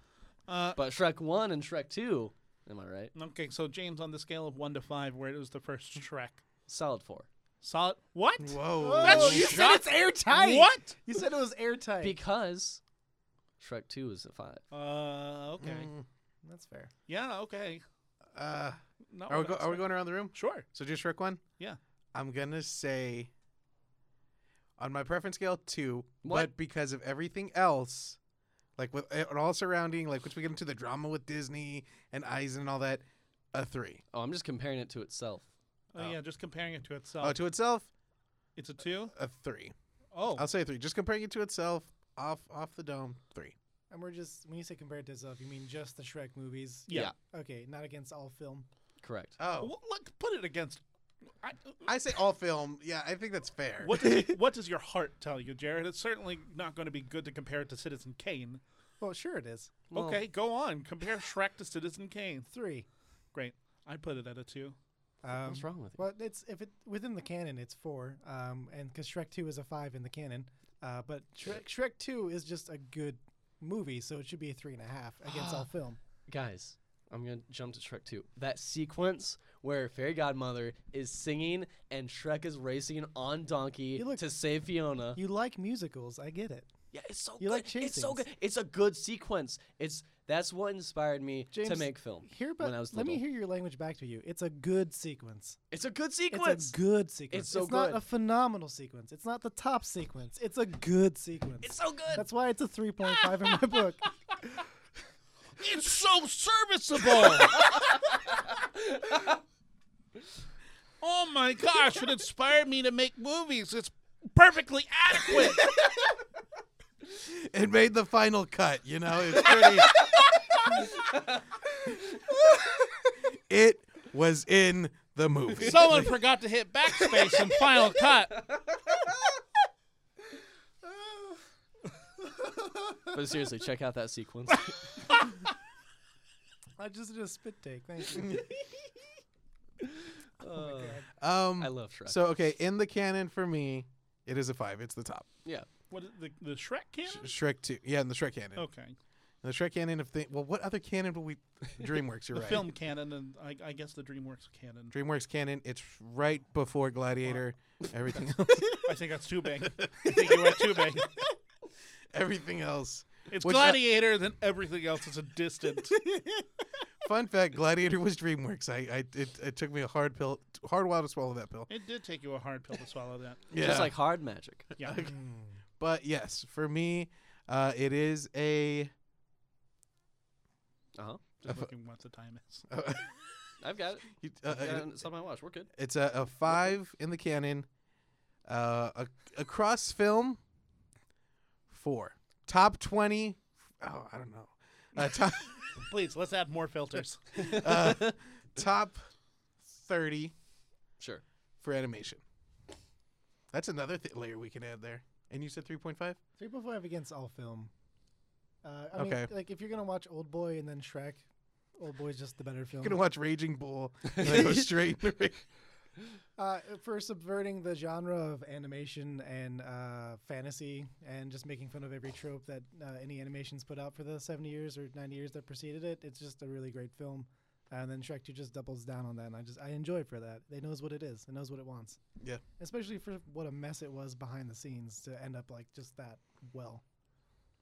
Speaker 4: uh,
Speaker 2: but Shrek One and Shrek Two, am I right?
Speaker 4: okay, so James, on the scale of one to five, where it was the first Shrek,
Speaker 2: Solid four.
Speaker 4: Solid. What?
Speaker 1: Whoa. Mm.
Speaker 4: That's-
Speaker 3: you said it's airtight.
Speaker 4: What?
Speaker 3: You said it was airtight.
Speaker 2: because Shrek Two is a five.
Speaker 4: Uh, okay.
Speaker 1: Mm,
Speaker 3: That's fair.
Speaker 4: Yeah, okay.
Speaker 1: uh,
Speaker 4: Not
Speaker 1: are we go- are we
Speaker 4: what I expect-
Speaker 1: going around the room?
Speaker 4: Oh, Sure.
Speaker 1: So just Shrek one.
Speaker 4: Yeah.
Speaker 1: I'm gonna say on my preference scale two,
Speaker 2: What?
Speaker 1: but because of everything else, like with it all surrounding, like once we get into the drama with Disney and Eisen and all that, a three.
Speaker 2: Oh, I'm just comparing it to itself.
Speaker 4: Oh,
Speaker 1: Oh.
Speaker 4: yeah, just comparing it to itself.
Speaker 1: Oh, to itself,
Speaker 4: it's a two?
Speaker 1: a three.
Speaker 4: Oh.
Speaker 1: I'll say three. Just comparing it to itself, off off the dome, three.
Speaker 3: And we're just when you say compared to itself, you mean just the Shrek movies?
Speaker 4: Yeah.
Speaker 3: Okay, not against all film.
Speaker 2: correct.
Speaker 1: Oh,
Speaker 4: Well, look, put it against. I,
Speaker 1: I say all film. Yeah, I think that's fair.
Speaker 4: what, does it- what does your heart tell you, Jared? It's certainly not going to be good to compare it to Citizen Kane.
Speaker 3: Well, sure it is.
Speaker 2: Well,
Speaker 4: okay, go on. Compare Shrek to Citizen Kane.
Speaker 3: Three.
Speaker 4: Great. I put it at a two.
Speaker 3: Um,
Speaker 2: What's wrong with you?
Speaker 3: Well, it's if it within the canon, it's four. Um, and because Shrek Two is a five in the canon, uh, but Shrek, Shrek Two is just a good movie, so it should be a three and a half against all film.
Speaker 2: Guys, I'm gonna jump to Shrek Two. That sequence where Fairy Godmother is singing and Shrek is racing on donkey
Speaker 3: You look-
Speaker 2: to save Fiona.
Speaker 3: You like musicals, I get it.
Speaker 2: yeah, it's so
Speaker 3: you
Speaker 2: good.
Speaker 3: like
Speaker 2: it's so
Speaker 3: chasings.
Speaker 2: good. It's a good sequence. It's that's what inspired me to
Speaker 3: James,
Speaker 2: make film.
Speaker 3: Here, but
Speaker 2: when I was
Speaker 3: let me
Speaker 2: little.
Speaker 3: hear your language back to you. It's a good sequence.
Speaker 2: It's a good
Speaker 3: It's
Speaker 2: sequence.
Speaker 3: a good sequence.
Speaker 2: so
Speaker 3: not
Speaker 2: good.
Speaker 3: a phenomenal sequence. It's not the top sequence. It's a good sequence.
Speaker 2: It's so good.
Speaker 3: That's why it's a three point five in my book.
Speaker 4: It's so serviceable. oh my gosh, it inspired me to make movies. It's perfectly adequate.
Speaker 1: It made the final cut. You know, it's pretty. it was in the movie.
Speaker 4: Someone forgot to hit backspace in Final Cut.
Speaker 2: but seriously, check out that sequence.
Speaker 3: I just did a spit take. Thank you.
Speaker 2: Uh,
Speaker 1: Um,
Speaker 2: I love Shrek.
Speaker 1: So okay, in the canon for me, it is a five. It's the top.
Speaker 2: yeah.
Speaker 4: What is the, the Shrek
Speaker 1: Sh-
Speaker 4: canon?
Speaker 1: Shrek two, yeah, in the Shrek canon.
Speaker 4: Okay,
Speaker 1: In the Shrek canon of thing. Well, what other canon will we? DreamWorks, you're
Speaker 4: the
Speaker 1: right.
Speaker 4: film canon, and I, I guess the DreamWorks canon.
Speaker 1: DreamWorks canon. It's right before Gladiator. Everything, else,
Speaker 4: I think that's too big. I think you went too big.
Speaker 1: everything else.
Speaker 4: It's
Speaker 1: Which, uh,
Speaker 4: Gladiator, then everything else is a distant.
Speaker 1: Fun fact: Gladiator was DreamWorks. I, I it, it took me a hard pill, hard while to swallow that pill.
Speaker 4: it did take you a hard pill to swallow that.
Speaker 1: Yeah.
Speaker 2: Just like hard magic.
Speaker 4: Yeah. Mm,
Speaker 1: but yes, for me, uh, it is a.
Speaker 2: Uh huh.
Speaker 4: Just looking what the time is.
Speaker 1: Uh,
Speaker 2: I've got it.
Speaker 1: you- uh,
Speaker 2: I've got
Speaker 1: it-
Speaker 2: it. It's on my watch. We're good.
Speaker 1: It's a, a five in the canon. Uh, a, across film, four. Top twenty. Oh, I don't know. Uh, top
Speaker 4: Please, let's add more filters.
Speaker 1: uh, top thirty
Speaker 2: Sure.
Speaker 1: for animation. That's another th- layer we can add there. And you said three point five.
Speaker 3: Three point five against all film. Uh, I mean,
Speaker 1: Okay.
Speaker 3: like if you're gonna watch Old Boy and then Shrek, Old Boy's just the better film.
Speaker 1: Gonna watch Raging Bull and then go straight. into Ra-
Speaker 3: Uh, for subverting the genre of animation and uh, fantasy, and just making fun of every trope that uh, any animations put out for the seventy years or ninety years that preceded it, it's just a really great film. And then Shrek Two just doubles down on that, and I just I enjoy it for that. It knows what it is. It knows what it wants.
Speaker 1: Yeah.
Speaker 3: Especially for what a mess it was behind the scenes to end up like just that well.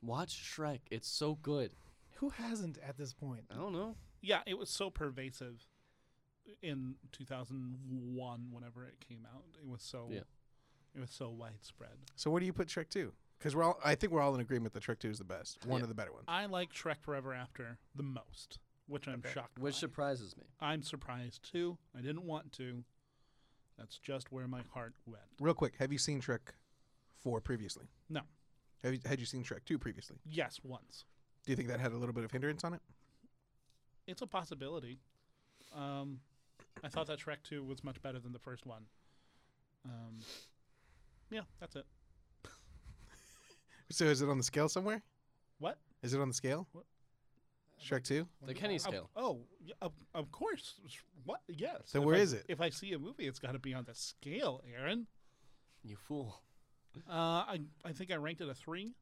Speaker 2: Watch Shrek. It's so good.
Speaker 3: Who hasn't at this point?
Speaker 2: I don't know.
Speaker 4: yeah, it was so pervasive in 2001 whenever it came out. It was so
Speaker 2: Yeah.
Speaker 4: it was so widespread.
Speaker 1: so where do you put Shrek two? Because we're all. I think we're all in agreement that Shrek two is the best. One
Speaker 2: Yeah.
Speaker 1: of the better ones.
Speaker 4: I like Shrek Forever After the most, which I'm shocked
Speaker 2: Which
Speaker 4: by.
Speaker 2: surprises me.
Speaker 4: I'm surprised too. I didn't want to. That's just where my heart went.
Speaker 1: Real quick, have you seen Shrek four previously?
Speaker 4: No.
Speaker 1: Have you, had you seen Shrek two previously?
Speaker 4: Yes, once.
Speaker 1: Do you think that had a little bit of hindrance on it?
Speaker 4: It's a possibility. Um, I thought that Shrek 2 was much better than the first one. Um, yeah, that's it.
Speaker 1: So is it on the scale somewhere?
Speaker 4: What?
Speaker 1: Is it on the scale?
Speaker 4: What?
Speaker 1: Shrek two.
Speaker 2: The Kenny scale.
Speaker 4: Of, oh, yeah, of, of course. Sh- What? Yes.
Speaker 1: Then
Speaker 4: If
Speaker 1: where
Speaker 4: I-
Speaker 1: is it?
Speaker 4: If I see a movie, it's got to be on the scale, Aaron.
Speaker 2: You fool.
Speaker 4: Uh, I, I think I ranked it a three.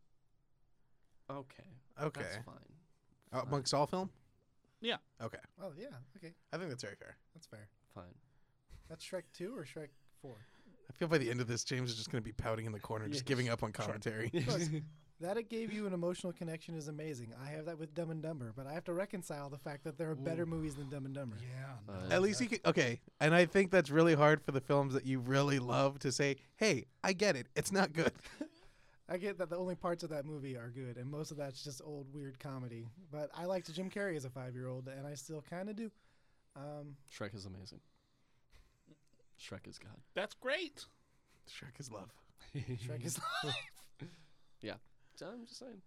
Speaker 2: Okay.
Speaker 1: Okay.
Speaker 2: That's fine.
Speaker 1: Uh, amongst all film.
Speaker 4: Yeah.
Speaker 1: Okay.
Speaker 3: Oh yeah, okay,
Speaker 1: I think that's very fair.
Speaker 3: that's fair.
Speaker 2: Fine.
Speaker 3: That's Shrek Two or Shrek Four?
Speaker 1: I feel by the end of this, James is just going to be pouting in the corner, just
Speaker 4: Yeah.
Speaker 1: giving up on
Speaker 4: Sure.
Speaker 1: commentary.
Speaker 3: That it gave you an emotional connection is amazing. I have that with Dumb and Dumber, but I have to reconcile the fact that there are better movies than Dumb and Dumber.
Speaker 4: Yeah.
Speaker 2: Uh,
Speaker 1: At least you can. Okay, and I think that's really hard for the films that you really love to say, "Hey, I get it. It's not good."
Speaker 3: I get that the only parts of that movie are good, and most of that's just old weird comedy. But I liked Jim Carrey as a five year old, and I still kind of do. Um,
Speaker 2: Shrek is amazing. Shrek is God.
Speaker 4: That's great.
Speaker 1: Shrek is love.
Speaker 3: Shrek is
Speaker 2: So I'm just saying,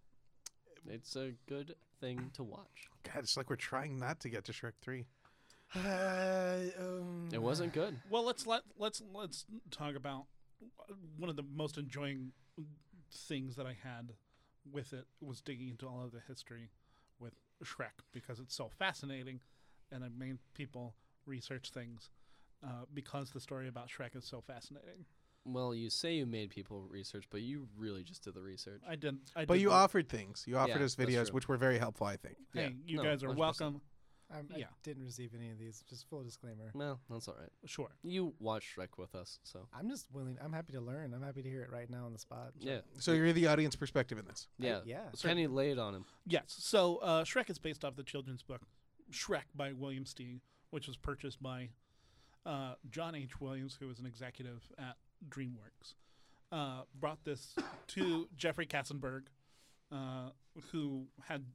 Speaker 2: it's a good thing to watch.
Speaker 1: God, it's like we're trying not to get to Shrek three.
Speaker 3: uh, um,
Speaker 2: It wasn't good.
Speaker 4: Well, let's let let's let's talk about one of the most enjoying things that I had with it was digging into all of the history with Shrek because it's so fascinating, and I made people research things uh, because the story about Shrek is so fascinating.
Speaker 2: Well, you say you made people research, but you really just did the research.
Speaker 4: I didn't. I
Speaker 1: But
Speaker 4: did
Speaker 1: you
Speaker 4: the-
Speaker 1: offered things. You offered
Speaker 2: Yeah,
Speaker 1: us
Speaker 2: that's
Speaker 1: videos,
Speaker 2: true.
Speaker 1: which were very helpful. I think.
Speaker 4: Hey,
Speaker 2: Yeah,
Speaker 4: you
Speaker 2: no,
Speaker 4: guys are
Speaker 2: 100%.
Speaker 4: welcome.
Speaker 3: I'm, I
Speaker 4: Yeah.
Speaker 3: didn't receive any of these. Just full disclaimer.
Speaker 2: Well, that's all right.
Speaker 4: Sure.
Speaker 2: You watched Shrek with us, so
Speaker 3: I'm just willing. I'm happy to learn. I'm happy to hear it right now on the spot.
Speaker 2: yeah,
Speaker 1: So you're the audience perspective in this.
Speaker 2: yeah.
Speaker 3: I- yeah.
Speaker 2: Kenny laid on him.
Speaker 4: Yes. So uh, Shrek is based off the children's book Shrek by William Steig, which was purchased by uh, John H. Williams, who was an executive at DreamWorks. Uh, brought this to Jeffrey Katzenberg, uh, who had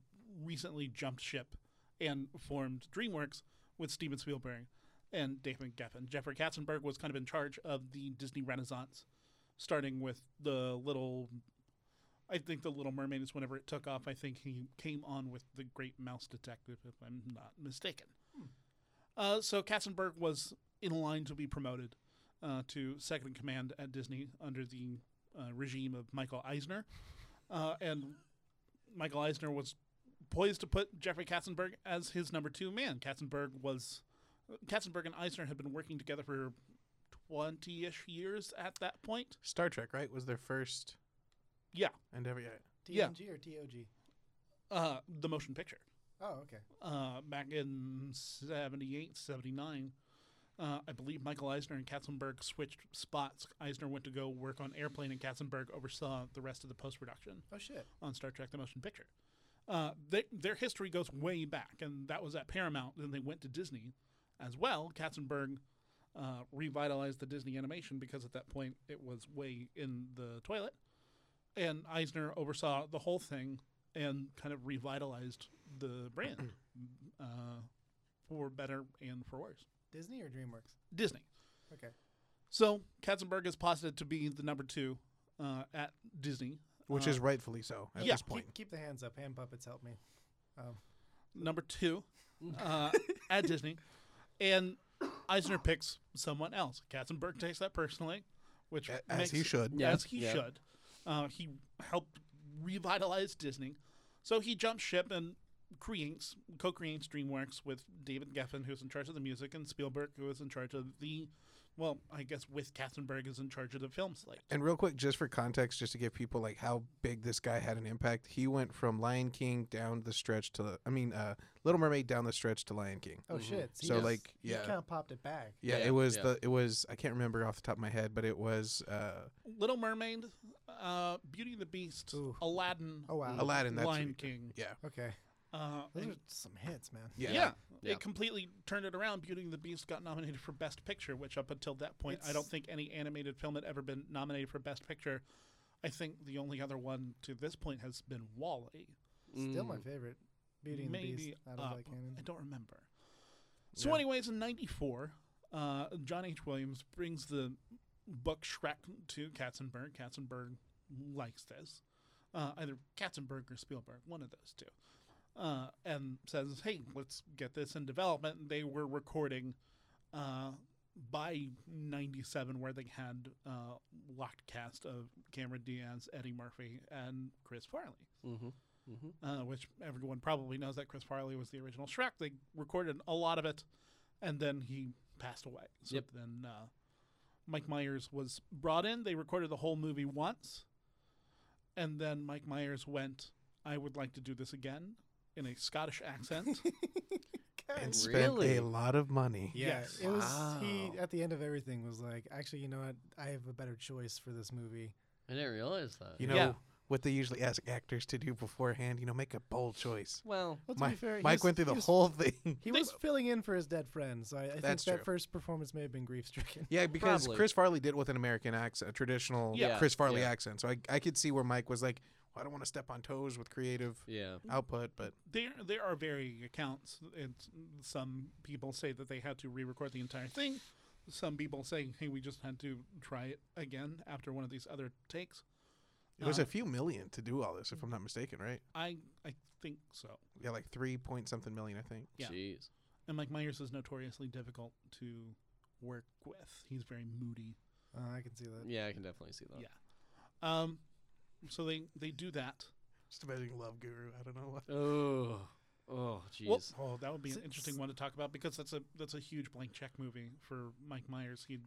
Speaker 4: recently jumped ship and formed DreamWorks with Steven Spielberg and David Geffen. Jeffrey Katzenberg was kind of in charge of the Disney Renaissance, starting with the little I think The Little Mermaid is whenever it took off. I think he came on with The Great Mouse Detective, if I'm not mistaken. Uh, so Katzenberg was in line to be promoted uh, to second in command at Disney under the uh, regime of Michael Eisner. Uh, and Michael Eisner was poised to put Jeffrey Katzenberg as his number two man. Katzenberg was. Katzenberg and Eisner had been working together for 20 ish years at that point.
Speaker 1: Star Trek, right, was their first
Speaker 4: Yeah.
Speaker 1: endeavor. Yeah.
Speaker 4: Yeah.
Speaker 3: TNG or TOG?
Speaker 4: Uh, the motion picture.
Speaker 3: Oh, okay.
Speaker 4: uh, back in 78, 79. Uh, I believe Michael Eisner and Katzenberg switched spots. Eisner went to go work on Airplane, and Katzenberg oversaw the rest of the post production
Speaker 3: Oh shit.
Speaker 4: on Star Trek The Motion Picture. Uh, they, their history goes way back, and that was at Paramount. Then they went to Disney as well. Katzenberg uh, revitalized the Disney animation because at that point it was way in the toilet. And Eisner oversaw the whole thing and kind of revitalized the brand uh, for better and for worse.
Speaker 3: Disney or DreamWorks?
Speaker 4: Disney.
Speaker 3: Okay.
Speaker 4: So Katzenberg is posited to be the number two uh, at Disney,
Speaker 1: Which
Speaker 4: Uh,
Speaker 1: is rightfully so at
Speaker 4: yeah.
Speaker 1: this point.
Speaker 3: Keep, keep the hands up. Hand puppets help me. Um,
Speaker 4: number two uh, at Disney, and Eisner picks someone else. Katzenberg takes that personally, which
Speaker 1: A-
Speaker 4: makes,
Speaker 1: As he should.
Speaker 2: Yeah,
Speaker 4: as he
Speaker 2: yeah.
Speaker 4: should. Uh, he helped revitalize Disney, so he jumps ship and creates co-creates DreamWorks with David Geffen, who's in charge of the music, and Spielberg, who is in charge of the, well, I guess with Katzenberg is in charge of the film slate.
Speaker 1: And real quick, just for context, just to give people like how big this guy had an impact, he went from Lion King down the stretch to I mean, uh, Little Mermaid down the stretch to Lion King.
Speaker 3: oh shit.
Speaker 1: Mm-hmm.
Speaker 3: he
Speaker 1: So,
Speaker 3: just-
Speaker 1: like,
Speaker 3: he
Speaker 1: yeah.
Speaker 3: kind of popped it back.
Speaker 1: Yeah,
Speaker 2: Yeah,
Speaker 1: it was
Speaker 2: yeah.
Speaker 1: the it was I can't remember off the top of my head, but it was uh,
Speaker 4: Little Mermaid, uh, Beauty and the Beast,
Speaker 3: Ooh.
Speaker 4: Aladdin,
Speaker 3: Oh wow.
Speaker 1: Aladdin. That's what he
Speaker 4: Lion
Speaker 1: did.
Speaker 4: King.
Speaker 1: Yeah,
Speaker 3: Okay.
Speaker 4: Uh,
Speaker 3: Those
Speaker 4: and-
Speaker 3: are some hits, man.
Speaker 1: yeah,
Speaker 4: yeah,
Speaker 2: Yeah.
Speaker 4: it completely turned it around. Beauty and the Beast got nominated for Best Picture, which up until that point, I don't
Speaker 3: It's-
Speaker 4: think any animated film had ever been nominated for Best Picture. I think the only other one to this point has been Wall-E.
Speaker 3: Still my
Speaker 2: Mm.
Speaker 3: favorite. Beauty and
Speaker 4: Maybe
Speaker 3: the Beast. Out of
Speaker 4: up.
Speaker 3: that canon.
Speaker 4: I don't remember. So,
Speaker 1: Yeah.
Speaker 4: anyways, in '94, uh, John H. Williams brings the book Shrek to Katzenberg. Katzenberg likes this, uh, either Katzenberg or Spielberg, one of those two, uh, and says, "Hey, let's get this in development." And they were recording uh, by '97, where they had uh, locked cast of Cameron Diaz, Eddie Murphy, and Chris Farley
Speaker 2: Mm-hmm. Mm-hmm.
Speaker 4: uh, which everyone probably knows that Chris Farley was the original Shrek. They recorded a lot of it, and then he passed away. So
Speaker 2: Yep.
Speaker 4: then uh, Mike Myers was brought in. They recorded the whole movie once, and then Mike Myers went, "I would like to do this again." In a Scottish accent,
Speaker 3: God.
Speaker 1: and spent
Speaker 2: Really?
Speaker 1: a lot of money.
Speaker 3: Yeah,
Speaker 4: Yes.
Speaker 3: it was. He
Speaker 2: Wow.
Speaker 3: at the end of everything was like, actually, you know what? I have a better choice for this movie.
Speaker 2: I didn't realize that.
Speaker 1: You know
Speaker 4: Yeah.
Speaker 1: what they usually ask actors to do beforehand. You know, make a bold choice.
Speaker 2: Well,
Speaker 3: Well, to
Speaker 1: Mi-
Speaker 3: be fair, he
Speaker 1: Mike
Speaker 3: was-
Speaker 1: went through
Speaker 3: he
Speaker 1: the
Speaker 3: was-
Speaker 1: whole thing.
Speaker 3: He
Speaker 4: They-
Speaker 3: was filling in for his dead friend, so I, I think
Speaker 1: That's
Speaker 3: that
Speaker 1: true.
Speaker 3: first performance may have been grief stricken.
Speaker 1: Yeah, because
Speaker 2: Probably.
Speaker 1: Chris Farley did with an American accent, a traditional
Speaker 2: Yeah.
Speaker 1: Chris Farley
Speaker 2: Yeah.
Speaker 1: accent. So I, I could see where Mike was like, well, I don't want to step on toes with creative
Speaker 2: yeah.
Speaker 1: output, but
Speaker 4: There, there are varying accounts. And some people say that they had to re-record the entire thing. Some people say, "Hey, we just had to try it again after one of these other takes."
Speaker 1: it was
Speaker 4: Uh,
Speaker 1: a few million to do all this, if I'm not mistaken, right?
Speaker 4: I, I think so.
Speaker 1: Yeah, like three point something million, I think.
Speaker 4: Yeah.
Speaker 2: Jeez.
Speaker 4: And Mike Myers is notoriously difficult to work with. He's very moody.
Speaker 3: Uh, I can see that.
Speaker 2: Yeah, I can definitely see that.
Speaker 4: Yeah. Um, so they they do that.
Speaker 1: Just imagining Love Guru. I don't know what.
Speaker 2: Oh. Oh, jeez.
Speaker 4: Well, oh, that would be an
Speaker 3: S-
Speaker 4: interesting
Speaker 3: s-
Speaker 4: one to talk about because that's a that's a huge blank check movie for Mike Myers. He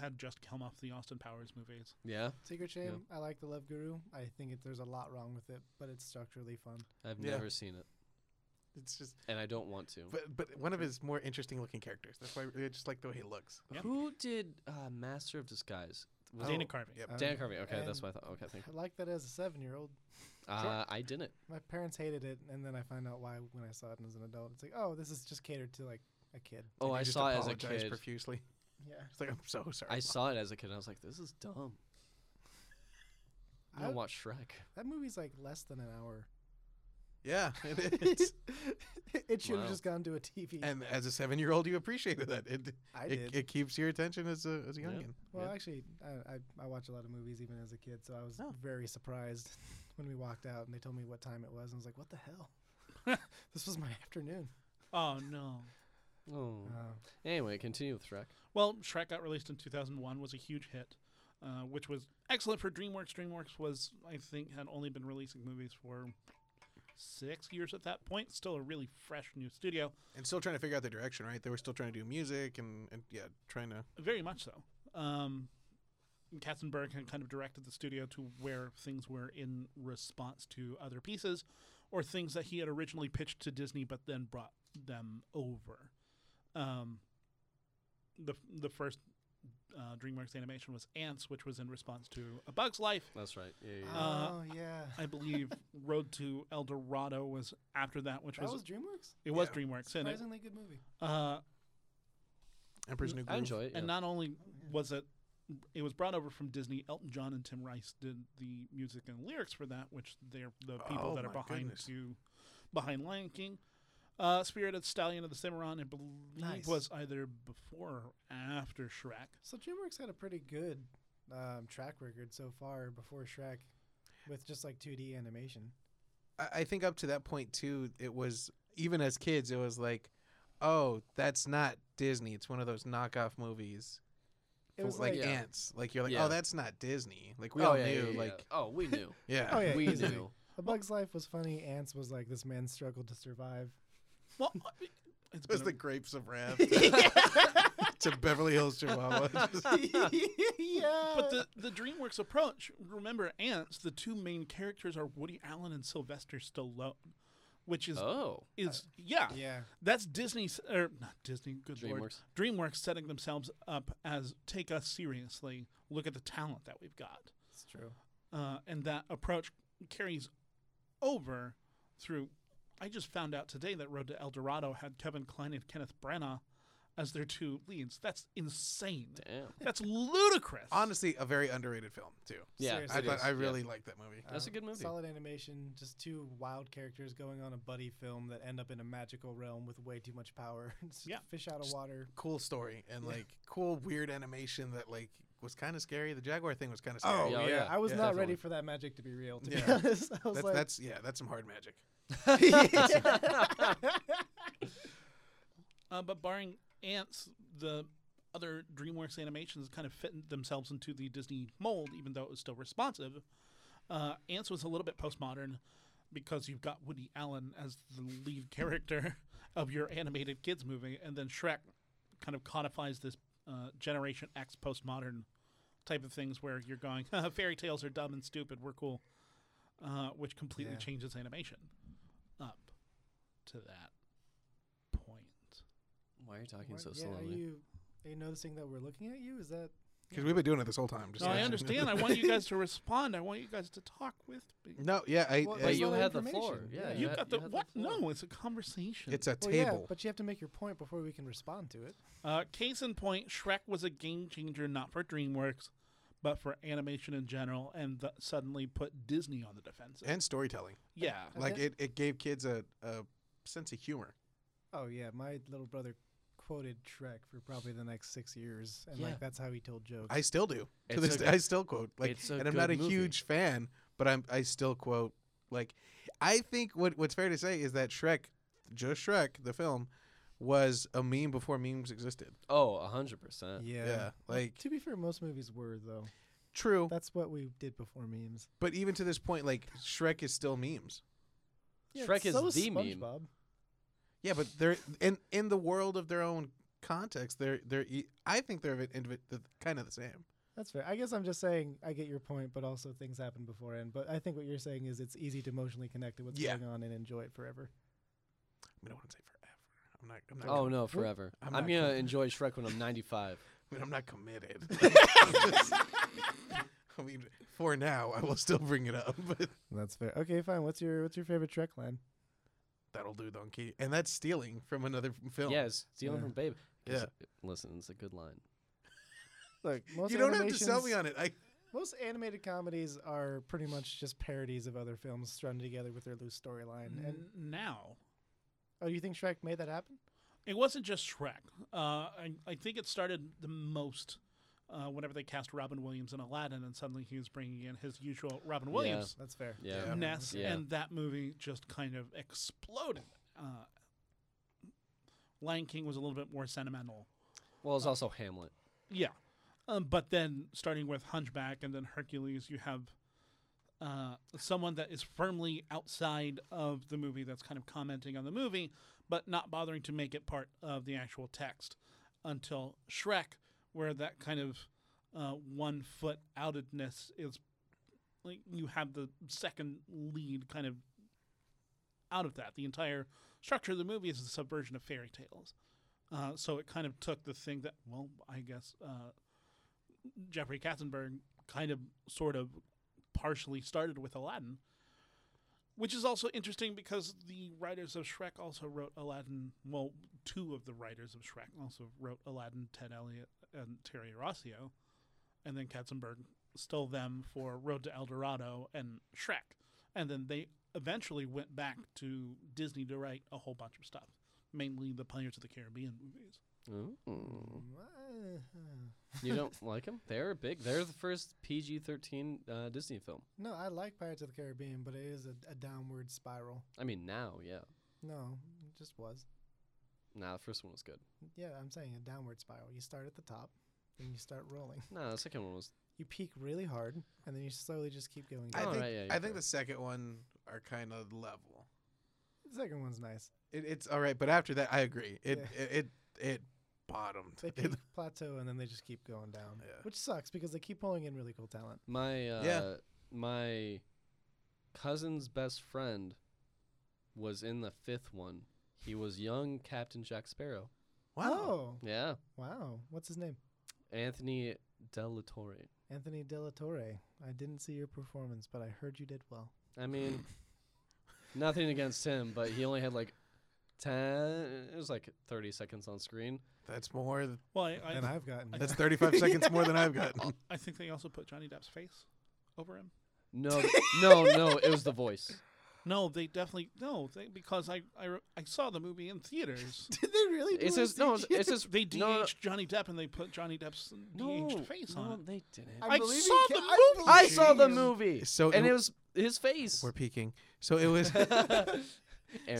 Speaker 4: had just come off the Austin Powers movies.
Speaker 2: yeah.
Speaker 3: Secret Shame. I like the Love Guru. I think it, there's a lot wrong with it, but it's structurally fun.
Speaker 2: I've
Speaker 1: Yeah.
Speaker 2: never seen it,
Speaker 1: It's just,
Speaker 2: and I don't want to.
Speaker 1: but but one of his more interesting looking characters. That's why I just like the way he looks.
Speaker 4: Yeah. Oh,
Speaker 2: Who did uh, Master of Disguise? Was
Speaker 4: Dana
Speaker 2: it
Speaker 4: Carvey.
Speaker 1: Yep.
Speaker 3: Uh,
Speaker 2: Dan Carvey? Okay, that's
Speaker 3: and-
Speaker 2: what I thought. Okay, thank
Speaker 3: I like that as a seven-year-old.
Speaker 2: you. Uh, I didn't.
Speaker 3: My parents hated it, and then I find out why when I saw it as an adult. It's like, oh, this is just catered to like a kid.
Speaker 2: Oh,
Speaker 1: And he
Speaker 2: I
Speaker 1: just
Speaker 2: saw it as a
Speaker 1: apologized
Speaker 2: kid.
Speaker 1: profusely.
Speaker 3: Yeah,
Speaker 1: It's like I'm so sorry.
Speaker 2: I saw it as a kid, and I was like, "This is dumb." I
Speaker 3: I-
Speaker 2: don't watch Shrek.
Speaker 3: that movie's like less than an hour.
Speaker 1: Yeah, it is.
Speaker 3: it should have
Speaker 2: Wow.
Speaker 3: just gone to a TV.
Speaker 1: and as a seven year old, you appreciated that. It
Speaker 3: I
Speaker 1: it,
Speaker 3: did.
Speaker 1: it keeps your attention as a as a
Speaker 2: Yeah.
Speaker 1: youngin.
Speaker 3: well,
Speaker 2: yeah.
Speaker 3: actually, I, I I watch a lot of movies even as a kid, so I was
Speaker 1: Oh.
Speaker 3: very surprised when we walked out and they told me what time it was. And I was like, what the hell? this was my afternoon.
Speaker 4: Oh no.
Speaker 2: Oh.
Speaker 3: Uh,
Speaker 2: Anyway, continue with Shrek.
Speaker 4: Well, Shrek got released in 2001, was a huge hit, uh, which was excellent for DreamWorks. DreamWorks was, I think, had only been releasing movies for six years at that point. Still a really fresh new studio,
Speaker 1: And still trying to figure out the direction, right? They were still trying to do music and, and yeah, trying to
Speaker 4: very much so. Um, Katzenberg had kind of directed the studio to where things were in response to other pieces, or things that he had originally pitched to Disney, but then brought them over. Um, the the first uh, DreamWorks animation was Ants, which was in response to A Bug's Life.
Speaker 2: That's right. Yeah, yeah, yeah.
Speaker 4: Uh,
Speaker 3: oh yeah,
Speaker 4: I believe Road to El Dorado was after that, which
Speaker 3: that
Speaker 4: was,
Speaker 3: was DreamWorks.
Speaker 4: it was
Speaker 1: yeah.
Speaker 4: DreamWorks, and it,
Speaker 3: Surprisingly good movie.
Speaker 4: uh,
Speaker 1: Emperor's New Groove.
Speaker 2: Mm, I enjoy it. Yeah.
Speaker 4: and not only
Speaker 3: yeah.
Speaker 4: was it it was brought over from Disney. Elton John and Tim Rice did the music and lyrics for that, which they're the people
Speaker 1: Oh
Speaker 4: that are
Speaker 1: my
Speaker 4: behind
Speaker 1: goodness.
Speaker 4: to behind Lion King. Uh, Spirit of Stallion of the Cimarron, I believe,
Speaker 3: Nice.
Speaker 4: was either before or after Shrek.
Speaker 3: So DreamWorks had a pretty good um, track record so far before Shrek, with just like 2D animation.
Speaker 1: I, I think up to that point too, it was even as kids, it was like, oh, that's not Disney. It's one of those knockoff movies.
Speaker 3: It was
Speaker 1: like,
Speaker 3: like,
Speaker 2: Yeah.
Speaker 1: ants. Like you're like,
Speaker 2: Yeah.
Speaker 1: oh, that's not Disney. Like we
Speaker 2: oh,
Speaker 1: all
Speaker 2: yeah, yeah,
Speaker 1: knew.
Speaker 2: yeah,
Speaker 1: like
Speaker 2: yeah. oh, we knew.
Speaker 1: yeah.
Speaker 3: Oh, yeah.
Speaker 2: we
Speaker 3: easily.
Speaker 2: knew.
Speaker 3: A Bug's Life was funny. Ants was like this man struggled to survive.
Speaker 4: Well, it's
Speaker 1: It was
Speaker 4: been a-
Speaker 1: the grapes of wrath to Beverly Hills Chihuahua.
Speaker 3: yeah.
Speaker 4: but the, the DreamWorks approach, remember, Ants, the two main characters are Woody Allen and Sylvester Stallone, which is,
Speaker 2: Oh,
Speaker 4: is yeah,
Speaker 3: yeah.
Speaker 4: that's Disney, s- or not Disney, good lord.
Speaker 2: DreamWorks.
Speaker 4: DreamWorks setting themselves up as take us seriously, look at the talent that we've got.
Speaker 3: It's true.
Speaker 4: Uh, and that approach carries over through. I just found out today that Road to El Dorado had Kevin Kline and Kenneth Branagh as their two leads. That's insane.
Speaker 2: Damn.
Speaker 4: That's ludicrous.
Speaker 1: Honestly, a very underrated film too.
Speaker 2: Yeah,
Speaker 3: Seriously.
Speaker 1: I
Speaker 2: it
Speaker 1: thought
Speaker 2: is,
Speaker 1: I
Speaker 2: yeah.
Speaker 1: really liked that
Speaker 3: Uh,
Speaker 1: movie.
Speaker 2: That's a good movie.
Speaker 3: Solid animation, just two wild characters going on a buddy film that end up in a magical realm with way too much power. It's just
Speaker 4: Yeah.
Speaker 3: Fish out of water.
Speaker 1: Cool story and
Speaker 3: Yeah.
Speaker 1: like cool weird animation that like was kind of scary. The jaguar thing was kind of scary.
Speaker 2: yeah, oh, yeah.
Speaker 3: I was
Speaker 1: Yeah.
Speaker 3: not
Speaker 2: Definitely.
Speaker 3: ready for that magic to be real, to be
Speaker 1: Yeah.
Speaker 3: honest. I was
Speaker 1: that's,
Speaker 3: like,
Speaker 1: that's yeah, that's some hard magic.
Speaker 4: Uh, but barring Ants, the other DreamWorks animations kind of fit themselves into the Disney mold, even though it was still responsive. Uh, Ants was a little bit postmodern because you've got Woody Allen as the lead character of your animated kids movie, and then Shrek kind of codifies this uh, Generation X postmodern type of things where you're going, fairy tales are dumb and stupid, we're cool, uh, which completely
Speaker 3: Yeah.
Speaker 4: changes animation up to that point.
Speaker 2: Why are you talking
Speaker 3: Why-
Speaker 2: so
Speaker 3: yeah, Are
Speaker 2: slowly?
Speaker 3: you, are you noticing that we're looking at you? Is that
Speaker 1: Because we've been doing it this whole time. Just
Speaker 4: No, I
Speaker 1: saying.
Speaker 4: understand. I want you guys to respond. I want you guys to talk with me.
Speaker 1: No, yeah, I,
Speaker 3: Well,
Speaker 1: I-
Speaker 3: But
Speaker 2: But
Speaker 3: There's
Speaker 2: you
Speaker 3: other
Speaker 2: had the
Speaker 3: information,
Speaker 2: floor. Yeah,
Speaker 3: yeah.
Speaker 4: you
Speaker 2: had-
Speaker 4: got the
Speaker 2: had
Speaker 4: what?
Speaker 2: floor.
Speaker 4: no, it's a conversation.
Speaker 1: it's a
Speaker 3: well,
Speaker 1: table.
Speaker 3: yeah, but you have to make your point before we can respond to it.
Speaker 4: Uh, case in point, Shrek was a game changer not for DreamWorks, but for animation in general, and th- suddenly put Disney on the defensive.
Speaker 1: and storytelling.
Speaker 4: yeah,
Speaker 3: I
Speaker 1: Like
Speaker 3: bet-
Speaker 1: it, it gave kids a, a sense of humor.
Speaker 3: Oh yeah, my little brother quoted Shrek for probably the next six years, and
Speaker 2: Yeah.
Speaker 3: like that's how he told jokes.
Speaker 1: I still do. To
Speaker 2: It's
Speaker 1: this
Speaker 2: a-
Speaker 1: day, I still quote like,
Speaker 2: it's a
Speaker 1: and I'm
Speaker 2: good
Speaker 1: not a
Speaker 2: movie.
Speaker 1: huge fan, but I'm I still quote like, I think what what's fair to say is that Shrek, just Shrek, the film, was a meme before memes existed.
Speaker 2: Oh, a hundred percent.
Speaker 1: Yeah,
Speaker 3: yeah.
Speaker 1: like
Speaker 3: To be fair, most movies were though.
Speaker 1: true,
Speaker 3: That's what we did before memes.
Speaker 1: but even to this point, like Shrek is still memes.
Speaker 2: Shrek is
Speaker 3: so
Speaker 2: the meme.
Speaker 3: SpongeBob.
Speaker 1: Yeah, but they're in in the world of their own context. They're they're e- I think they're of it- of it- kind of the same.
Speaker 3: That's fair. I guess I'm just saying I get your point, but also things happen beforehand. But I think what you're saying is it's easy to emotionally connect to what's
Speaker 1: Yeah.
Speaker 3: going on and enjoy it forever.
Speaker 1: I mean, I wouldn't say forever. I'm not. I'm not.
Speaker 2: Oh no, forever.
Speaker 1: I'm
Speaker 2: I'm,
Speaker 1: not
Speaker 2: gonna
Speaker 1: kidding.
Speaker 2: enjoy Shrek when I'm 95.
Speaker 1: I mean, I'm not committed. I mean, for now, I will still bring it up, but
Speaker 3: That's fair. Okay, fine. What's your what's your favorite Shrek line?
Speaker 1: that'll do, donkey. And that's stealing from another f- film.
Speaker 2: yeah, it's stealing
Speaker 3: Yeah.
Speaker 2: from Babe. 'Cause
Speaker 1: Yeah.
Speaker 2: it- Listen, it's a good line.
Speaker 3: Look, most
Speaker 1: you don't have to sell me
Speaker 3: animations-
Speaker 1: on it. I
Speaker 3: Most animated comedies are pretty much just parodies of other films strung together with their loose storyline. And
Speaker 1: Mm.
Speaker 4: N- now,
Speaker 3: oh, you think Shrek made that happen?
Speaker 4: it wasn't just Shrek. Uh, I, I think it started the most uh, whenever they cast Robin Williams in Aladdin, and suddenly he was bringing in his usual Robin Williams
Speaker 3: That's fair.
Speaker 2: Yeah.
Speaker 1: Yeah.
Speaker 4: ness,
Speaker 2: Yeah.
Speaker 4: and that movie just kind of exploded. Uh, Lion King was a little bit more sentimental.
Speaker 2: Well, it's also Hamlet.
Speaker 4: Yeah. Um, but then starting with Hunchback and then Hercules, you have uh, someone that is firmly outside of the movie that's kind of commenting on the movie, but not bothering to make it part of the actual text until Shrek, where that kind of uh, one foot outedness is like you have the second lead kind of out of that. The entire structure of the movie is the subversion of fairy tales. Uh, so it kind of took the thing that, well, I guess uh, Jeffrey Katzenberg kind of sort of partially started with Aladdin, which is also interesting because the writers of Shrek also wrote Aladdin. Well, two of the writers of Shrek also wrote Aladdin, Ted Elliott and Terry Rossio, and then Katzenberg stole them for Road to El Dorado and Shrek, and then they eventually went back to Disney to write a whole bunch of stuff mainly the Pirates of the Caribbean movies.
Speaker 2: Ooh.
Speaker 3: Uh,
Speaker 2: You don't like them? They're big. They're the first PG-13 uh, Disney film.
Speaker 3: No, I like Pirates of the Caribbean, but it is a, a downward spiral.
Speaker 2: I mean, now, yeah.
Speaker 3: No, it just was.
Speaker 2: Nah, the first one was good.
Speaker 3: Yeah, I'm saying a downward spiral. You start at the top, then you start rolling.
Speaker 2: Nah, the second one was.
Speaker 3: You peak really hard, and then you slowly just keep going.
Speaker 1: I
Speaker 2: Oh,
Speaker 3: down.
Speaker 1: think
Speaker 2: right, yeah, you're
Speaker 1: I think
Speaker 2: fair.
Speaker 1: the second one are kind of level.
Speaker 3: The second one's nice.
Speaker 1: It, it's all right, but after that, I agree. It
Speaker 3: Yeah.
Speaker 1: it, it it bottomed.
Speaker 3: They
Speaker 1: It-
Speaker 3: peak, plateau, and then they just keep going down,
Speaker 1: Yeah.
Speaker 3: which sucks because they keep pulling in really cool talent.
Speaker 2: My uh,
Speaker 1: Yeah.
Speaker 2: my cousin's best friend was in the fifth one. He was young Captain Jack Sparrow.
Speaker 1: wow.
Speaker 3: Oh,
Speaker 2: Yeah,
Speaker 3: wow. What's his name?
Speaker 2: Anthony Del Torre.
Speaker 3: Anthony Della Torre. I didn't see your performance, but I heard you did well.
Speaker 2: I mean, nothing against him, but he only had like ten. It was like thirty seconds on screen.
Speaker 1: That's more. th-
Speaker 4: Well, I,
Speaker 3: and
Speaker 4: I,
Speaker 3: I've gotten.
Speaker 1: That's 35 seconds more than I've gotten.
Speaker 4: I think they also put Johnny Depp's face over him.
Speaker 2: No, th- no, no. It was the voice.
Speaker 4: No, they definitely no, they, because I, I re- I saw the movie in theaters.
Speaker 3: did they really?
Speaker 2: It's
Speaker 3: do a
Speaker 2: his no. It's,
Speaker 3: CGI?
Speaker 2: it's his
Speaker 4: They DH'd
Speaker 2: no,
Speaker 4: Johnny Depp and they put Johnny Depp's
Speaker 2: no,
Speaker 4: DH'd face
Speaker 2: no,
Speaker 4: on it.
Speaker 2: they didn't.
Speaker 4: I
Speaker 3: believe you
Speaker 4: saw
Speaker 3: can-
Speaker 4: the
Speaker 3: I
Speaker 4: movie!
Speaker 3: believe
Speaker 2: I saw the
Speaker 3: you.
Speaker 2: movie,
Speaker 1: So
Speaker 2: and
Speaker 1: it-
Speaker 2: it was his face.
Speaker 1: We're peaking. So it was.
Speaker 2: Aaron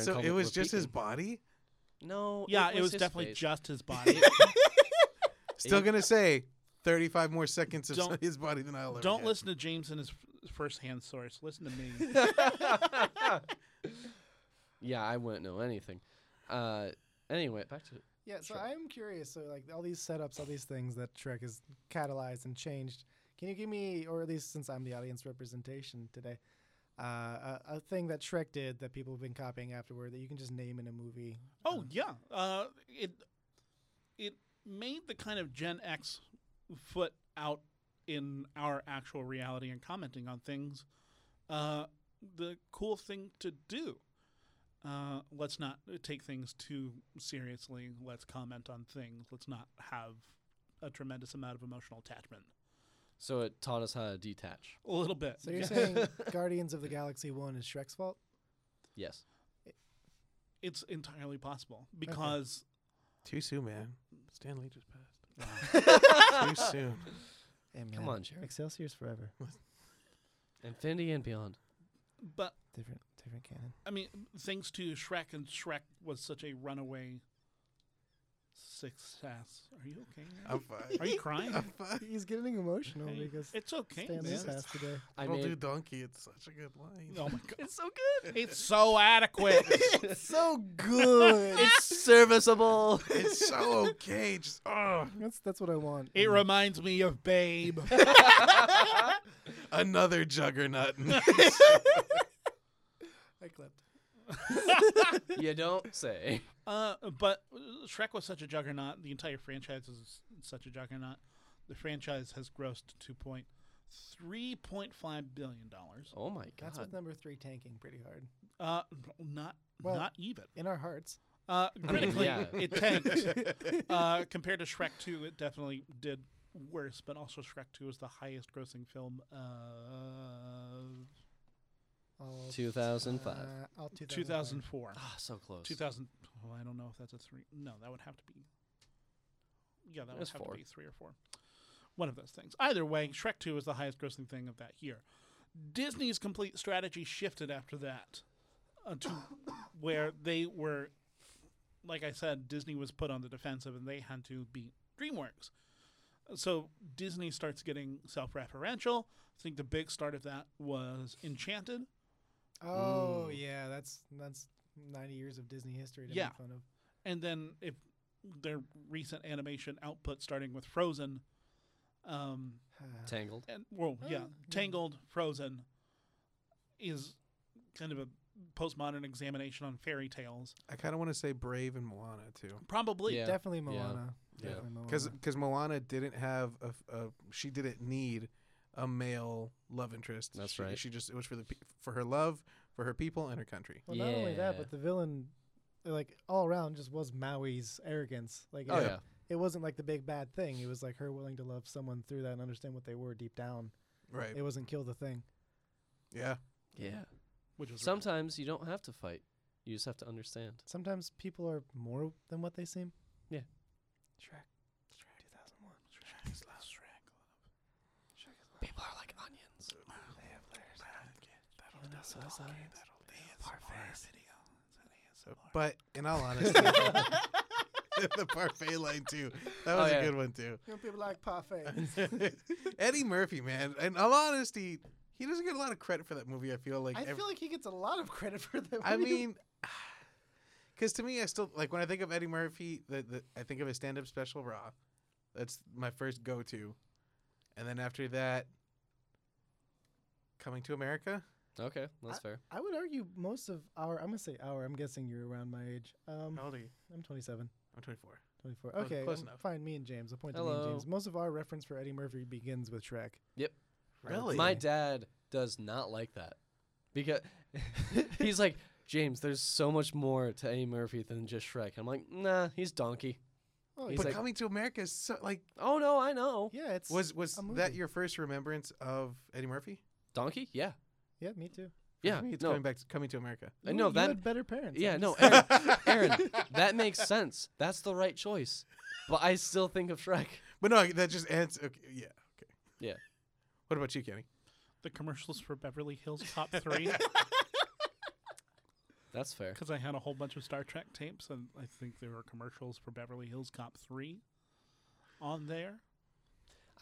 Speaker 1: so
Speaker 2: called
Speaker 1: it
Speaker 2: we're
Speaker 1: was just his
Speaker 2: peeking.
Speaker 1: body.
Speaker 2: No,
Speaker 4: Yeah, it was,
Speaker 2: his
Speaker 4: definitely
Speaker 2: face.
Speaker 4: just his body.
Speaker 1: Still
Speaker 2: It-
Speaker 1: gonna say 35 more seconds of
Speaker 4: uh, Don't-
Speaker 1: his body than I'll ever
Speaker 4: Don't
Speaker 1: get.
Speaker 4: listen to James and his f- first-hand source. Listen to me.
Speaker 2: yeah, I wouldn't know anything. Uh, anyway, back to
Speaker 3: Yeah, so
Speaker 2: Shrek.
Speaker 3: I'm curious. So, like, all these setups, all these things that Shrek has catalyzed and changed. Can you give me, or at least since I'm the audience representation today, uh, a, a thing that Shrek Oh, Uh-huh. Um, did that people have been copying afterward that you can just name in a movie?
Speaker 4: Oh yeah, Oh, uh, it it made the kind of Gen X foot out in our actual reality and commenting on things uh, the cool thing to do. Uh, let's not take things too seriously. Let's comment on things. Let's not have a tremendous amount of emotional attachment.
Speaker 2: So it taught us how to detach.
Speaker 4: A little bit.
Speaker 3: So you're saying Guardians of the Galaxy One is Shrek's fault?
Speaker 2: Yes.
Speaker 4: it's entirely possible because
Speaker 1: Too soon, man. Stanley just passed. Too
Speaker 2: Come
Speaker 1: soon.
Speaker 2: man. on, Jared.
Speaker 3: Excelsior's forever.
Speaker 2: Infinity and beyond.
Speaker 4: but
Speaker 3: Different, different canon.
Speaker 4: I mean, thanks to Shrek, and Shrek was such a runaway success. Are you okay? man?
Speaker 1: I'm fine.
Speaker 4: Are you crying?
Speaker 1: I'm fine.
Speaker 3: He's getting emotional
Speaker 4: Hey,
Speaker 3: because
Speaker 4: it's okay, man.
Speaker 3: Stanley's passed today.
Speaker 2: I
Speaker 1: Little
Speaker 2: made,
Speaker 1: do donkey. It's such a good line.
Speaker 4: Oh my god,
Speaker 2: it's so good.
Speaker 4: it's so adequate.
Speaker 3: It's so good.
Speaker 2: It's serviceable.
Speaker 1: It's so okay. Just oh,
Speaker 3: that's that's what I want.
Speaker 4: it
Speaker 3: in-
Speaker 4: reminds me of Babe.
Speaker 1: another juggernaut.
Speaker 3: I clipped.
Speaker 2: you don't say.
Speaker 4: Uh, but uh, Shrek was such a juggernaut. The entire franchise is such a juggernaut. The franchise has grossed two point three point five billion dollars.
Speaker 2: Oh my
Speaker 3: That's
Speaker 2: god.
Speaker 3: with number three tanking pretty hard
Speaker 4: Uh, not
Speaker 3: Well-
Speaker 4: not even.
Speaker 3: in our hearts.
Speaker 4: Uh, critically,
Speaker 2: yeah.
Speaker 4: it tanked. uh, compared to Shrek 2, it definitely did worse, but also Shrek 2 is the highest grossing film of
Speaker 3: All
Speaker 2: 2005.
Speaker 3: Uh, all 2005.
Speaker 4: 2004.
Speaker 2: Ah, so close.
Speaker 4: 2000. Oh, I don't know if that's a three. No, that would have to be. Yeah, that would
Speaker 2: That's
Speaker 4: have
Speaker 2: four.
Speaker 4: to be three or four. One of those things. Either way, Shrek 2 is the highest grossing thing of that year. Disney's complete strategy shifted after that uh, to where they were, like I said, Disney was put on the defensive and they had to beat DreamWorks. So Disney starts getting self referential. I think the big start of that was Enchanted.
Speaker 3: Oh
Speaker 2: Mm.
Speaker 3: yeah, that's that's 90 years of Disney history to
Speaker 4: Yeah.
Speaker 3: make fun of.
Speaker 4: and then if their recent animation output starting with Frozen, um,
Speaker 3: Ah,
Speaker 2: Tangled.
Speaker 4: and well, Uh, yeah,
Speaker 3: Oh, yeah.
Speaker 4: Tangled, Frozen, is kind of a postmodern examination on fairy tales.
Speaker 1: I kind of want to say Brave and Moana too,
Speaker 4: Probably,
Speaker 2: Yeah.
Speaker 3: Definitely Moana.
Speaker 1: Yeah.
Speaker 3: Definitely Moana.
Speaker 1: because Moana didn't have a, f- a- she didn't need a male love interest.
Speaker 2: That's
Speaker 1: She-
Speaker 2: right.
Speaker 1: She just it was for the pe- for her love, for her people, and her country.
Speaker 3: Well, not only that,
Speaker 2: Yeah.
Speaker 3: but the villain, like all around, just was Maui's arrogance. Like,
Speaker 2: Oh
Speaker 3: it,
Speaker 2: yeah.
Speaker 3: it wasn't like the big bad thing. It was like her willing to love someone through that and understand what they were deep down.
Speaker 1: Right.
Speaker 3: It wasn't kill the thing.
Speaker 1: Yeah.
Speaker 2: Yeah.
Speaker 4: which was right.
Speaker 2: Sometimes you don't have to fight. You just have to understand.
Speaker 3: Sometimes people are more than what they seem.
Speaker 2: Yeah.
Speaker 3: Shrek. Shrek. 2001.
Speaker 4: Shrek is love, Shrek.
Speaker 2: People are like onions.
Speaker 3: They have layers.
Speaker 2: People know so does onions.
Speaker 1: But in all honesty, the parfait line too. That
Speaker 2: Oh,
Speaker 1: was
Speaker 2: yeah.
Speaker 1: a good one too.
Speaker 3: You know, people like parfait.
Speaker 1: Eddie Murphy, man. In all honesty, he doesn't get a lot of credit for that movie. I feel like.
Speaker 3: I
Speaker 1: ev-
Speaker 3: feel like he gets a lot of credit for that.
Speaker 1: I
Speaker 3: movie.
Speaker 1: mean, because to me, I still like when I think of Eddie Murphy. The, the I think of his stand-up special Raw. That's my first go-to, and then after that, Coming to America.
Speaker 2: Okay, that's fair.
Speaker 3: I would argue most of our, I'm going to say our, I'm guessing you're around my age. Um,
Speaker 1: How old are you?
Speaker 3: I'm 27.
Speaker 1: I'm 24.
Speaker 3: 24.
Speaker 1: Oh,
Speaker 3: Okay,
Speaker 1: close
Speaker 3: um,
Speaker 1: enough.
Speaker 3: fine. Me and James. A point to me and
Speaker 2: Hello.
Speaker 3: James. Most of our reference for Eddie Murphy begins with Shrek.
Speaker 1: Really?
Speaker 2: My dad does not like that because he's like James. There's so much more to Eddie Murphy than just Shrek. I'm like, nah, he's donkey.
Speaker 3: Oh,
Speaker 2: He's
Speaker 1: but
Speaker 2: like-
Speaker 1: Coming to America is so like
Speaker 2: Oh no, I know.
Speaker 3: yeah, it's
Speaker 1: was was
Speaker 3: a
Speaker 1: that
Speaker 3: movie.
Speaker 1: your first remembrance of Eddie Murphy?
Speaker 2: Donkey? Yeah,
Speaker 3: yeah, me too.
Speaker 1: For
Speaker 2: yeah.
Speaker 1: me, it's
Speaker 2: no,
Speaker 1: coming back to Coming to America.
Speaker 2: I
Speaker 3: You-
Speaker 2: know
Speaker 3: you
Speaker 2: that.
Speaker 3: had better parents.
Speaker 2: yeah,
Speaker 3: I'm
Speaker 2: no,
Speaker 3: just-
Speaker 2: Aaron, Aaron, that makes sense. That's the right choice. But I still think of Shrek.
Speaker 1: But no, that just adds. Okay, yeah. Okay.
Speaker 2: Yeah.
Speaker 1: What about you, Kenny?
Speaker 4: The commercials for Beverly Hills Top Three,
Speaker 2: That's fair.
Speaker 4: because I had a whole bunch of Star Trek tapes, and I think there were commercials for Beverly Hills Cop Three on there.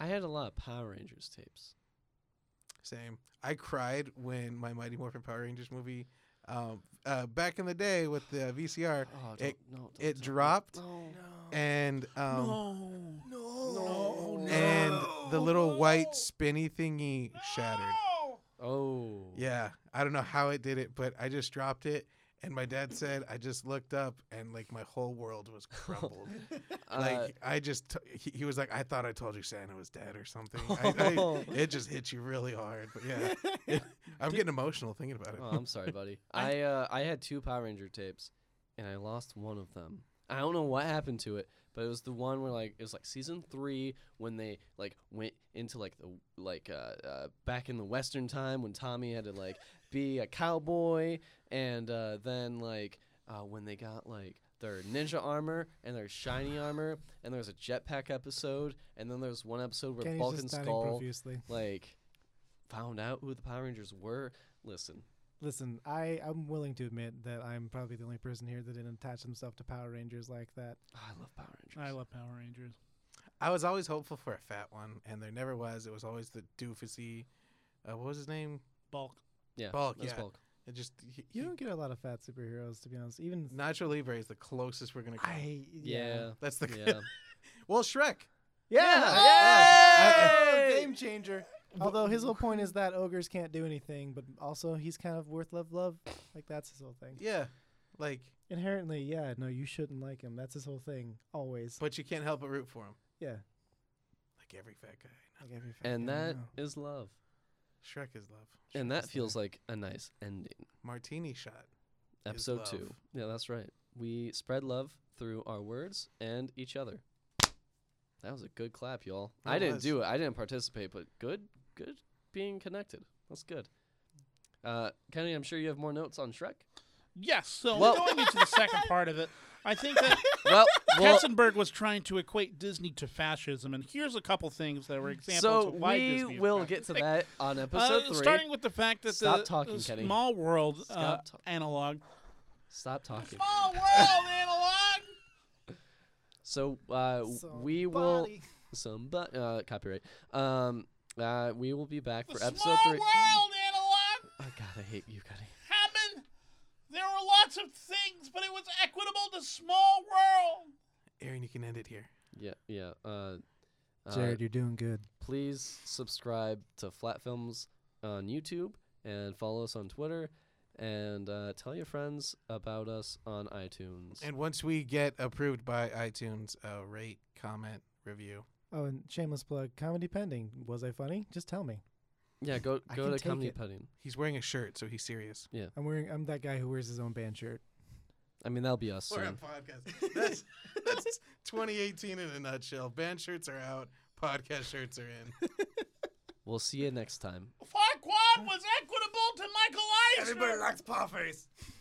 Speaker 2: I had a lot of Power Rangers tapes.
Speaker 1: Same. I cried when my Mighty Morphin Power Rangers movie, um, uh, back in the day with the VCR,
Speaker 2: Oh,
Speaker 1: it
Speaker 2: don't- no, don't
Speaker 1: it
Speaker 2: tell-
Speaker 1: dropped
Speaker 2: No.
Speaker 1: and um
Speaker 4: no,
Speaker 3: No.
Speaker 4: no,
Speaker 1: and the little
Speaker 4: No.
Speaker 1: white spinny thingy shattered.
Speaker 4: No!
Speaker 2: Oh.
Speaker 1: Yeah, I don't know how it did it, but I just dropped it And my dad said, I just looked up and like my whole world was crumbled. like
Speaker 2: Uh,
Speaker 1: I just, t- he, he was like, I thought I told you Santa was dead or something.
Speaker 2: Oh.
Speaker 1: I, I, it just hits you really hard. But yeah, I'm getting emotional thinking about it.
Speaker 2: oh, I'm sorry, buddy. I uh, I had two Power Ranger tapes, and I lost one of them. I don't know what happened to it, but it was the one where like it was like season three when they like went into like the like uh, uh back in the Western time when Tommy had to like be a cowboy, and uh, then like uh, when they got like their ninja armor and their shiny armor, and there was a jetpack episode, and then there was one episode where
Speaker 3: Kenny's
Speaker 2: Bulk and
Speaker 3: just nodding
Speaker 2: Skull
Speaker 3: profusely.
Speaker 2: like found out who the Power Rangers were. Listen,
Speaker 3: Listen, I I'm willing to admit that I'm probably the only person here that didn't attach themselves to Power Rangers like that.
Speaker 2: Oh, I love Power Rangers.
Speaker 4: I love Power Rangers.
Speaker 1: I was always hopeful for a fat one, and there never was. It was always the doofusy. Uh, what was his name?
Speaker 4: Bulk.
Speaker 2: yeah,
Speaker 1: Bulk,
Speaker 2: that's
Speaker 1: yeah.
Speaker 2: Bulk.
Speaker 1: It just he,
Speaker 3: You
Speaker 1: he-
Speaker 3: don't get a lot of fat superheroes, to be honest. Even
Speaker 1: Nacho Libre is the closest we're gonna. Come.
Speaker 3: I
Speaker 2: Yeah,
Speaker 1: That's the
Speaker 2: yeah.
Speaker 1: well Shrek.
Speaker 3: Yeah.
Speaker 1: Yeah.
Speaker 3: Oh, game changer. Although his whole point is that ogres can't do anything, but also he's kind of worth love love. Like that's his whole thing.
Speaker 1: Yeah, like,
Speaker 3: Inherently, yeah, no, you shouldn't like him. That's his whole thing. Always.
Speaker 1: but you can't help but root for him.
Speaker 3: Yeah.
Speaker 1: Like every fat guy.
Speaker 3: Like every fat
Speaker 2: and
Speaker 3: guy I
Speaker 2: that
Speaker 3: know.
Speaker 2: is love,
Speaker 1: Shrek is love.
Speaker 2: and
Speaker 1: Shrek
Speaker 2: that
Speaker 1: is
Speaker 2: feels
Speaker 1: love.
Speaker 2: like a nice ending.
Speaker 1: martini shot.
Speaker 2: Episode two.
Speaker 1: love.
Speaker 2: Yeah, that's right. We spread love through our words and each other. That was a good clap, y'all. I
Speaker 1: That
Speaker 2: didn't
Speaker 1: was.
Speaker 2: do it. I didn't participate, but good, good being connected. That's good. Uh, Kenny, I'm sure you have more notes on Shrek.
Speaker 4: Yes. So
Speaker 2: Well-
Speaker 4: going into the second part of it, I think that
Speaker 2: Well, well
Speaker 4: Katzenberg was trying to equate Disney to fascism, and here's a couple things that were examples
Speaker 2: so
Speaker 4: of why
Speaker 2: we
Speaker 4: Disney is
Speaker 2: will get to
Speaker 4: fascistic.
Speaker 2: that on episode
Speaker 4: Uh,
Speaker 2: three.
Speaker 4: Starting with the fact that
Speaker 2: Stop
Speaker 4: the,
Speaker 2: talking,
Speaker 4: the
Speaker 2: Kenny.
Speaker 4: small world uh,
Speaker 2: Stop ta-
Speaker 4: analog.
Speaker 2: Stop talking.
Speaker 4: Small world analog.
Speaker 2: So uh, w- we will
Speaker 3: Somebody-
Speaker 2: some but uh, copyright. Um, uh, we will be back
Speaker 4: The
Speaker 2: for episode
Speaker 4: small
Speaker 2: three.
Speaker 4: world analog
Speaker 2: Oh God, I hate you, Cuddy.
Speaker 4: happened. There were lots of things, but it was equitable to small world.
Speaker 1: Aaron, you can end it here.
Speaker 2: Yeah, yeah. Uh, uh,
Speaker 3: Jared, you're doing good.
Speaker 2: please subscribe to Flat Films on YouTube and follow us on Twitter and uh, tell your friends about us on iTunes.
Speaker 1: And once we get approved by iTunes, uh, rate, comment, review.
Speaker 3: Oh, and shameless plug, comedy pending. Was I funny? Just tell me.
Speaker 2: yeah, go
Speaker 3: I
Speaker 2: go
Speaker 3: can
Speaker 2: to
Speaker 3: take
Speaker 2: Comedy
Speaker 3: it.
Speaker 2: Pudding.
Speaker 1: He's wearing a shirt, so he's serious.
Speaker 3: I'm wearing I'm that guy who wears his own band shirt.
Speaker 2: I mean, that'll be us soon.
Speaker 1: podcast. That's, that's 2018 in a nutshell. Band shirts are out. Podcast shirts are in.
Speaker 2: We'll see you next time.
Speaker 4: Farquaad was equitable to Michael Eisner.
Speaker 1: likes Pawface.